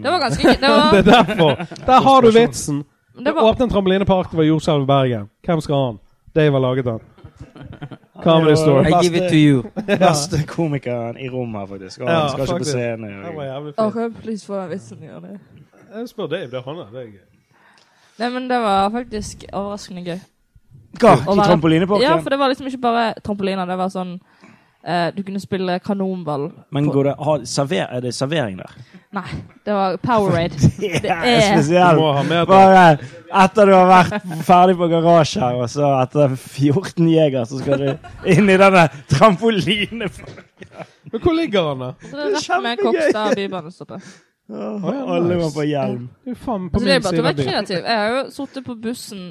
Speaker 8: Det var ganske gøy. Det var
Speaker 3: Det er derfor. Der har du vitsen.
Speaker 8: eh, Det
Speaker 3: Det
Speaker 8: var-
Speaker 3: åpnet en trampolinepark, det var jordskjelv i Bergen. Hvem skal ha den? Dave har laget den. Comedy Store.
Speaker 5: Beste komikeren i rommet, faktisk. Han
Speaker 3: Ja,
Speaker 5: skal ikke på
Speaker 3: faktisk.
Speaker 5: scenen.
Speaker 3: Det var jævlig
Speaker 8: Å, kan jeg please få vitsen i det?
Speaker 3: Jeg spør Dave, det er han der.
Speaker 8: Nei, men det var faktisk overraskende gøy.
Speaker 5: Hva?
Speaker 8: Å
Speaker 5: I
Speaker 8: være-
Speaker 5: trampolineparken?
Speaker 8: Ja, for det var liksom ikke bare trampoliner. Det var sånn eh, Du kunne spille kanonball.
Speaker 5: Men går det, har, server, er det servering der?
Speaker 8: Nei, det var Powerade. Det
Speaker 5: Spesielt. Bare etter du har vært ferdig på garasje her, og så etter 14 jeger, så skal du inn i denne trampolineparken.
Speaker 3: Men hvor ligger han, da?
Speaker 8: Så det er rett med Kokstad bybanestoppet.
Speaker 5: Alle må på hjelm.
Speaker 3: Du er faen på
Speaker 8: Altså, det er
Speaker 3: min
Speaker 8: bare til å
Speaker 3: side av
Speaker 8: være
Speaker 3: byen.
Speaker 8: kreativ. Jeg har jo sittet på bussen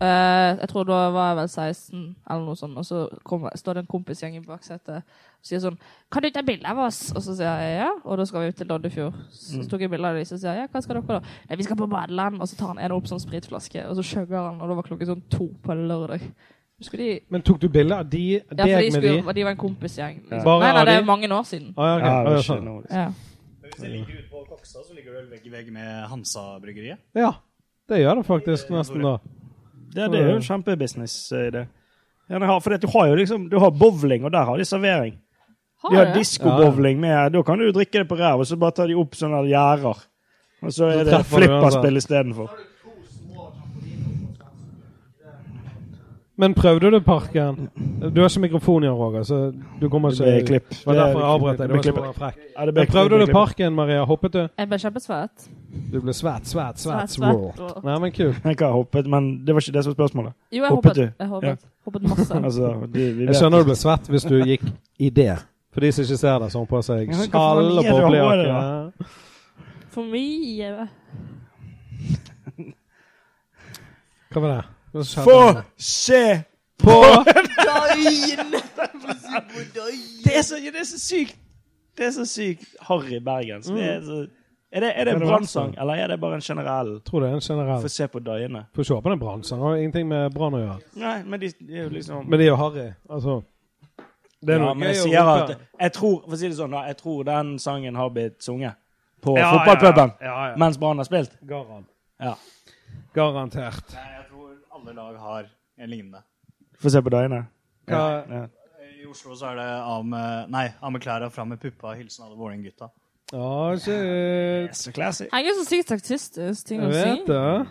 Speaker 8: eh, Jeg tror da var jeg vel 16, eller noe sånt, og så kommer, står det en kompisgjeng i baksetet og sier sånn 'Kan du ta bilde av oss?' Og så sier jeg ja, og da skal vi ut til Loddefjord. Så
Speaker 10: Mm.
Speaker 8: tok jeg bilde av dem, så sier jeg ja, hva skal dere da? Nei, vi skal på badeland, og så tar han en opp sånn spritflaske, og så chugger han, og da var klokken sånn to på lørdag. Husker de
Speaker 3: Men tok du bilde av de,
Speaker 8: Ja, for de,
Speaker 3: deg med de?
Speaker 8: skulle, de var en kompisgjeng.
Speaker 3: Ja.
Speaker 8: Liksom.
Speaker 3: Bare
Speaker 8: Nei, nei,
Speaker 3: av
Speaker 8: det er
Speaker 3: de?
Speaker 8: mange år siden.
Speaker 3: Ah, ja, ok.
Speaker 5: Ja, det
Speaker 3: Ah, ja,
Speaker 5: er
Speaker 3: sant.
Speaker 5: ikke noe.
Speaker 8: Ja.
Speaker 6: Hvis det ligger ute på Kokstad, så ligger det vel vegg i vegg med Hansa-bryggeriet.
Speaker 3: Ja, det gjør det faktisk nesten da.
Speaker 5: Ja, det er
Speaker 3: Mm.
Speaker 5: jo en kjempebusiness, eh, det. Ja, det har, for du har jo liksom Du har bowling, og der har de servering.
Speaker 8: Har
Speaker 5: De har
Speaker 8: det?
Speaker 5: diskobowling med Da kan du jo drikke det på ræv, og så bare tar de opp sånne gjerder. Og så
Speaker 3: Så
Speaker 5: er det
Speaker 3: treffer du
Speaker 5: flipperspill
Speaker 3: uansett.
Speaker 5: istedenfor.
Speaker 3: Men prøvde du parken? Du har ikke mikrofon i den, Roger, så du kommer
Speaker 5: Det
Speaker 3: ikke
Speaker 5: ble klipp.
Speaker 3: Det var
Speaker 5: Det-
Speaker 3: derfor jeg avbrøt
Speaker 5: det
Speaker 3: deg. Det
Speaker 5: ble
Speaker 3: var ikke
Speaker 5: klipp.
Speaker 3: bare frekk.
Speaker 5: Ja, det ble
Speaker 3: Men prøvde
Speaker 5: klipp,
Speaker 3: du
Speaker 5: det ble
Speaker 3: parken, Maria? Hoppet du?
Speaker 8: Jeg ble kjempesvett.
Speaker 3: Du ble svært,
Speaker 8: Svært,
Speaker 3: svært, svært
Speaker 8: svært
Speaker 3: swirl.
Speaker 8: swirl.
Speaker 3: Nei, men kult.
Speaker 5: Jeg har hoppet, men det var ikke det som var spørsmålet.
Speaker 8: Jo, jeg hoppet.
Speaker 5: du?
Speaker 8: Jeg hoppet.
Speaker 5: Ja.
Speaker 8: Hoppet masse.
Speaker 5: altså, de, vi
Speaker 3: Jeg
Speaker 5: vet.
Speaker 3: skjønner du ble svett hvis du gikk i det. For de som ikke ser det, så har hun på
Speaker 5: Ja,
Speaker 3: seg
Speaker 5: men hva
Speaker 3: skall
Speaker 5: faen
Speaker 3: og
Speaker 5: er det du har på deg,
Speaker 3: boblejakke.
Speaker 5: da?
Speaker 8: For mye.
Speaker 3: Hva var det? Hva skjedde?
Speaker 5: Få se på Det er så, det er så sykt Det er så sykt harry bergensk. Det
Speaker 3: Mm.
Speaker 5: er, så, er det, er det en brannsang, eller er det bare en generell
Speaker 3: Tror det er en generell.
Speaker 5: Få se på døyene.
Speaker 3: Få se på den brannsangen. Har jo ingenting med brann å gjøre.
Speaker 5: Nei, men de, de er jo liksom
Speaker 3: Men de er jo harry. Altså Det er
Speaker 5: ja,
Speaker 3: noe
Speaker 5: men jeg
Speaker 3: gøy å
Speaker 5: sier
Speaker 3: rope.
Speaker 5: at jeg tror, for å si det sånn, da, jeg tror den sangen har blitt sunget på
Speaker 3: Ja,
Speaker 5: fotballpuben
Speaker 3: ja, ja, ja.
Speaker 5: mens Brann har spilt.
Speaker 3: Garan.
Speaker 5: Ja.
Speaker 3: Garantert.
Speaker 6: Nei, jeg tror alle lag har en lignende.
Speaker 5: Få se på døyene.
Speaker 3: Hva-
Speaker 5: Ja.
Speaker 6: I Oslo så er det av med, nei, av med klærne, fram med puppa, hilsen alle Vålerenga-gutta.
Speaker 3: Ja, shit.
Speaker 8: Jeg er så sykt taktistisk ting å
Speaker 3: Jeg
Speaker 8: si.
Speaker 3: vet det.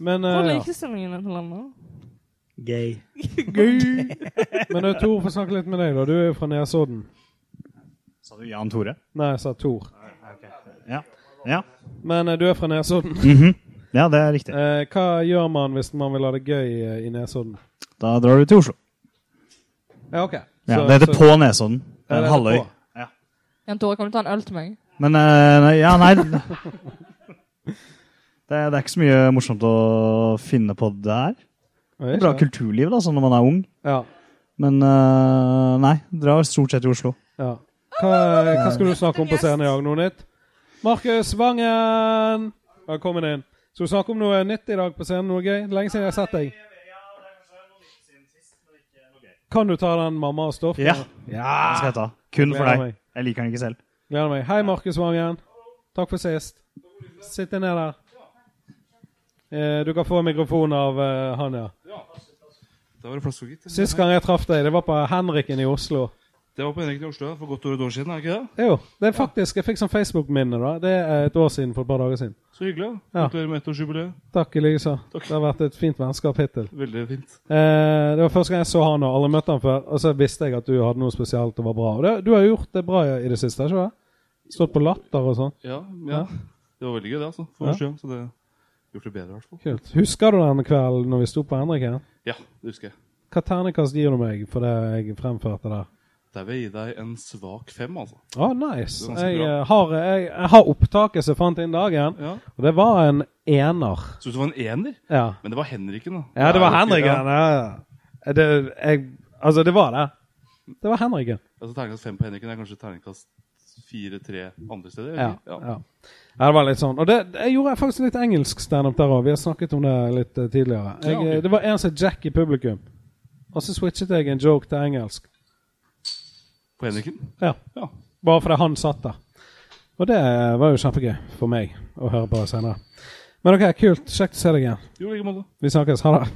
Speaker 3: Men
Speaker 8: Hvor er
Speaker 3: eh, ja.
Speaker 8: likestillingen i dette landet?
Speaker 5: Gay.
Speaker 3: Men eh, Tor, få snakke litt med deg, da. Du er jo fra Nesodden.
Speaker 6: Sa du Jan Tore?
Speaker 3: Nei, jeg sa Tor.
Speaker 6: Ja. ja.
Speaker 3: Men eh, du er fra Nesodden.
Speaker 6: Ja, det er riktig.
Speaker 3: Eh, hva gjør man hvis man vil ha det gøy eh, i Nesodden?
Speaker 6: Da drar du til Oslo.
Speaker 3: Ja, ok.
Speaker 6: Ja,
Speaker 3: Så-
Speaker 6: det heter
Speaker 3: så-
Speaker 6: På Nesodden. Det er
Speaker 3: Ja, det
Speaker 6: en
Speaker 3: heter
Speaker 6: halvøy.
Speaker 3: På.
Speaker 8: Jan Tore, kan du ta en øl til meg?
Speaker 6: Men eh, nei, Ja, nei det, det er ikke så mye morsomt å finne på der. Det er bra kulturliv da, sånn når man er ung.
Speaker 3: Ja.
Speaker 6: Men eh, nei, drar stort sett til Oslo.
Speaker 3: Ja. Hva, hva skal du snakke om på scenen i dag? Noe nytt? Markus Vangen! Velkommen inn. Skal du snakke om noe nytt i dag på scenen? Noe gøy? Lenge siden jeg har sett deg. Kan du ta den mamma og stoff?
Speaker 6: Ja.
Speaker 3: ja.
Speaker 6: Den skal jeg ta. Kun for
Speaker 3: Gleder
Speaker 6: deg.
Speaker 3: meg.
Speaker 6: Jeg liker den ikke selv.
Speaker 3: Gleder meg. Hei, Markus Vangen. Takk for sist. Sitt deg ned der. Eh, Du kan få mikrofon av eh, han, ja.
Speaker 10: Da var det plass for gitt.
Speaker 3: Sist gang jeg traff deg, det var på Henriken i Oslo.
Speaker 10: Det var på Henrik i Oslo for godt over et år siden, er det ikke det?
Speaker 3: Jo, det er faktisk, jeg fikk sånn Facebook-minne da. Det er et år siden for et par dager siden.
Speaker 10: Så hyggelig.
Speaker 3: Ja.
Speaker 10: da. Gratulerer med ettårsjubileet.
Speaker 3: Takk i like så. Det har vært et fint vennskap hittil.
Speaker 10: Veldig fint.
Speaker 3: Eh, det var første gang jeg så han og alle møtte han før, og så visste jeg at du hadde noe spesielt og var bra. Og det, du har gjort det bra i det siste, ikke sant? Stått på latter og sånn.
Speaker 10: Ja, ja. Det var veldig gøy, det, altså. For
Speaker 3: Ja.
Speaker 10: første gang. Så det gjort det bedre, i hvert fall.
Speaker 3: Kult. Husker du den kvelden når vi sto på Henrik igjen?
Speaker 10: Ja, det husker jeg.
Speaker 3: Hva terningkast gir du meg for det jeg fremførte der?
Speaker 10: Der vil jeg gi deg en svak fem, altså.
Speaker 3: Å, nice.
Speaker 10: Det var ganske
Speaker 3: Jeg,
Speaker 10: bra.
Speaker 3: eh, har, jeg, jeg har opptaket som jeg fant inn dagen,
Speaker 10: Ja.
Speaker 3: og det var en ener.
Speaker 10: Så det var en ener?
Speaker 3: Ja.
Speaker 10: Men det var Henriken, da.
Speaker 3: Ja, det
Speaker 10: er
Speaker 3: var
Speaker 10: jo
Speaker 3: Henrik
Speaker 10: ikke-
Speaker 3: igjen. Ja. ja. Det, jeg, altså, det var det. Det var Henrik igjen.
Speaker 10: Altså Terningkast fem på Henriken er kanskje terningkast fire-tre andre steder?
Speaker 3: Ja,
Speaker 10: eller?
Speaker 3: ja. Ja, det var litt sånn. Og det, det gjorde jeg faktisk litt engelsk standup der òg. Vi har snakket om det litt eh, tidligere. Jeg,
Speaker 10: Ja, ok.
Speaker 3: eh, Det var en som het Jack i publikum, og så switchet jeg en joke til engelsk.
Speaker 10: På Henriken?
Speaker 3: Ja. Bare fordi han satt der. Og det eh, var jo kjempegøy for meg å høre på senere. Men OK, kult. Kjekt å se deg igjen.
Speaker 10: Jo, i like måte.
Speaker 3: Vi snakkes. Ha det.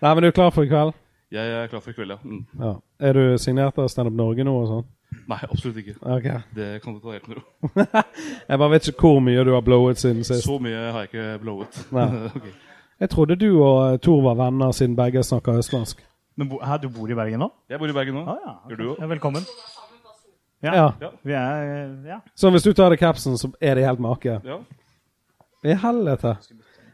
Speaker 3: Nei, men du er klar for i kveld?
Speaker 10: Jeg er klar for i kveld, ja. Mm.
Speaker 3: Ja. Er du signert av Standup Norge nå og sånn?
Speaker 10: Nei, absolutt ikke.
Speaker 3: Ok.
Speaker 10: Det kan du ta helt med ro.
Speaker 3: jeg bare vet ikke hvor mye du har blowet siden sist.
Speaker 10: Så mye har jeg ikke blowet.
Speaker 3: Nei.
Speaker 10: Ok.
Speaker 3: Jeg trodde du og eh, Tor var venner siden begge snakker østlandsk.
Speaker 6: Men bo, her, du bor i Bergen nå?
Speaker 10: Jeg bor i Bergen nå. Gjør du
Speaker 6: Ja, velkommen. Ja.
Speaker 3: Ja.
Speaker 6: Vi er eh, ja.
Speaker 3: Så hvis du tar av deg capsen, så er det helt make.
Speaker 10: Ja.
Speaker 3: I helvete.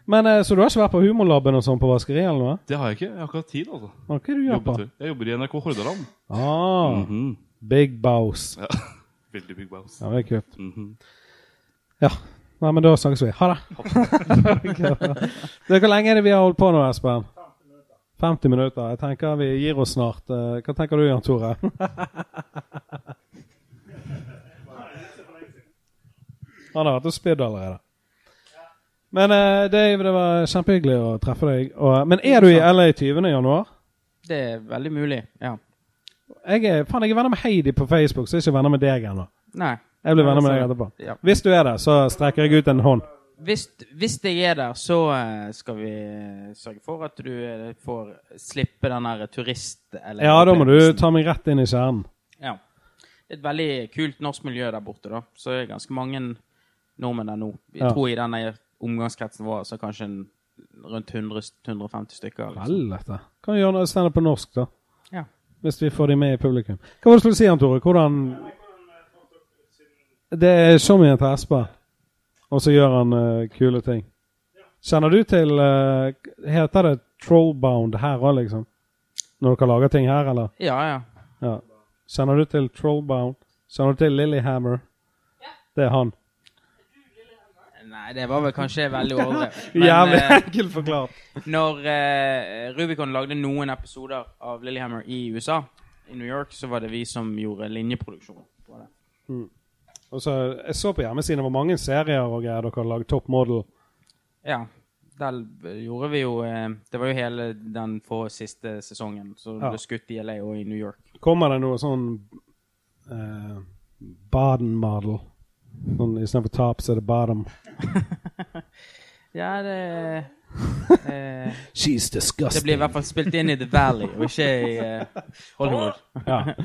Speaker 3: Men, eh, så du har ikke vært på Humorlaben og sånn på vaskeri eller noe?
Speaker 10: Det har jeg ikke. Jeg har ikke hatt tid, altså.
Speaker 3: Hva er det du gjør på?
Speaker 10: Jobbet før. Jeg jobber i NRK Hordaland. Mhm.
Speaker 3: Ah, Big Bows.
Speaker 10: Ja. Veldig big bows.
Speaker 3: Ja, det er kult.
Speaker 10: Mhm.
Speaker 3: Ja. Nei, men da snakkes vi. Ha det. du, hvor lenge er det vi har holdt på nå, Espen? 50 minutter. Jeg tenker vi gir oss snart. Eh, Hva tenker du, Jan Tore? Han har vært og spydd allerede. Men eh, Dave, det var kjempehyggelig å treffe deg. Og, men er du i LA 20. januar?
Speaker 7: Det er veldig mulig, ja.
Speaker 3: Jeg er, faen, jeg er venner med Heidi på Facebook, så jeg er ikke venner med deg ennå.
Speaker 7: Nei.
Speaker 3: Jeg blir venner med deg
Speaker 7: Altså,
Speaker 3: etterpå.
Speaker 7: ja.
Speaker 3: Hvis du er der, så strekker jeg ut en hånd.
Speaker 7: Hvis, hvis jeg er der, så eh, skal vi eh, sørge for at du eh, får slippe den der turist... eller-
Speaker 3: Ja, da må du ta meg rett inn i kjernen.
Speaker 7: Ja. Det er et veldig kult norsk miljø der borte, da. Så det er ganske mange nordmenn der nå. Vi
Speaker 3: Ja.
Speaker 7: tror i denne omgangskretsen vår så kanskje en, rundt 100, 150 stykker. liksom.
Speaker 3: Helvete. Kan vi gjøre noe standup på norsk, da?
Speaker 7: Ja.
Speaker 3: Hvis vi får de med i publikum. Hva var det du skulle si, Jan Tore? Hvordan Det er showmien til Espen, og så gjør han eh, kule ting. Kjenner du til eh, Heter det trollbound her òg, liksom? Når dere lager ting her, eller?
Speaker 7: Ja, ja.
Speaker 3: Ja. Kjenner du til Trollbound? Kjenner du til Lillehammer? Det er han.
Speaker 7: Nei, det var vel kanskje veldig overdrevet.
Speaker 3: Jævlig
Speaker 7: eh,
Speaker 3: enkelt forklart.
Speaker 7: Når eh, Rubicon lagde noen episoder av Lillehammer i USA, i New York, så var det vi som gjorde linjeproduksjon. på det.
Speaker 3: Og så, jeg så på hjemmesiden det var mange serier og greier dere har lagd. Top Model.
Speaker 7: Ja. Der gjorde vi jo eh, Det var jo hele den for siste sesongen. Så det
Speaker 3: Ja.
Speaker 7: ble skutt i LA og i New York.
Speaker 3: Kommer det noe sånn eh, Baden Model? Sånn, Istedenfor top, så er det bottom.
Speaker 7: Ja, det eh,
Speaker 3: She's disgusting.
Speaker 7: Det blir i hvert fall spilt inn i The Valley, og ikke i eh, Hollywood.
Speaker 3: Ja. Nei,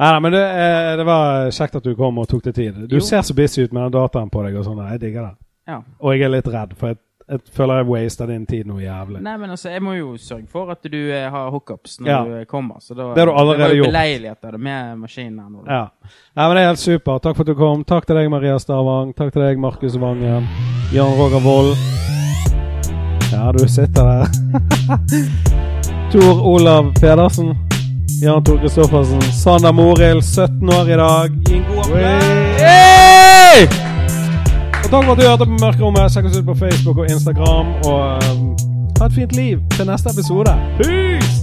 Speaker 3: nei, men det, eh, det var kjekt at du kom og tok deg tid. Du
Speaker 7: Jo.
Speaker 3: ser så busy ut med den dataen på deg. og sånn, Jeg digger det.
Speaker 7: Ja.
Speaker 3: Og jeg er litt redd, for jeg, jeg føler jeg waster din tid noe jævlig.
Speaker 7: Nei, men altså, jeg må jo sørge for at du eh, har hookups når
Speaker 3: Ja.
Speaker 7: du eh, kommer. Så da,
Speaker 3: Det har du allerede
Speaker 7: det var jo
Speaker 3: gjort.
Speaker 7: beleilig at du hadde med maskinen her nå. da.
Speaker 3: Ja. Nei, men Det er helt super. Takk for at du kom. Takk til deg, Maria Stavang. Takk til deg, Markus Vangen. Jan Roger Vold. Ja, du sitter der. Tor Olav Pedersen. Jan Tor Kristoffersen. Sander Morild, 17 år i dag. Gi en god applaus. Hey! Og takk for at du hørte på Mørkerommet. Sjekk oss ut på Facebook og Instagram. Og um, ha et fint liv til neste episode. Peace!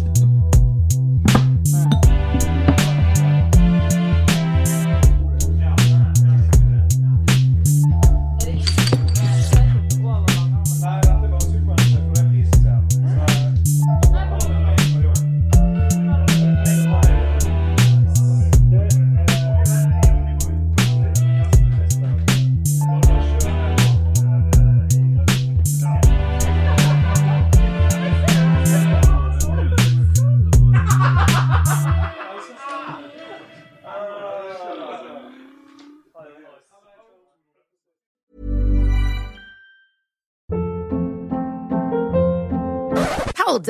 Speaker 11: Hold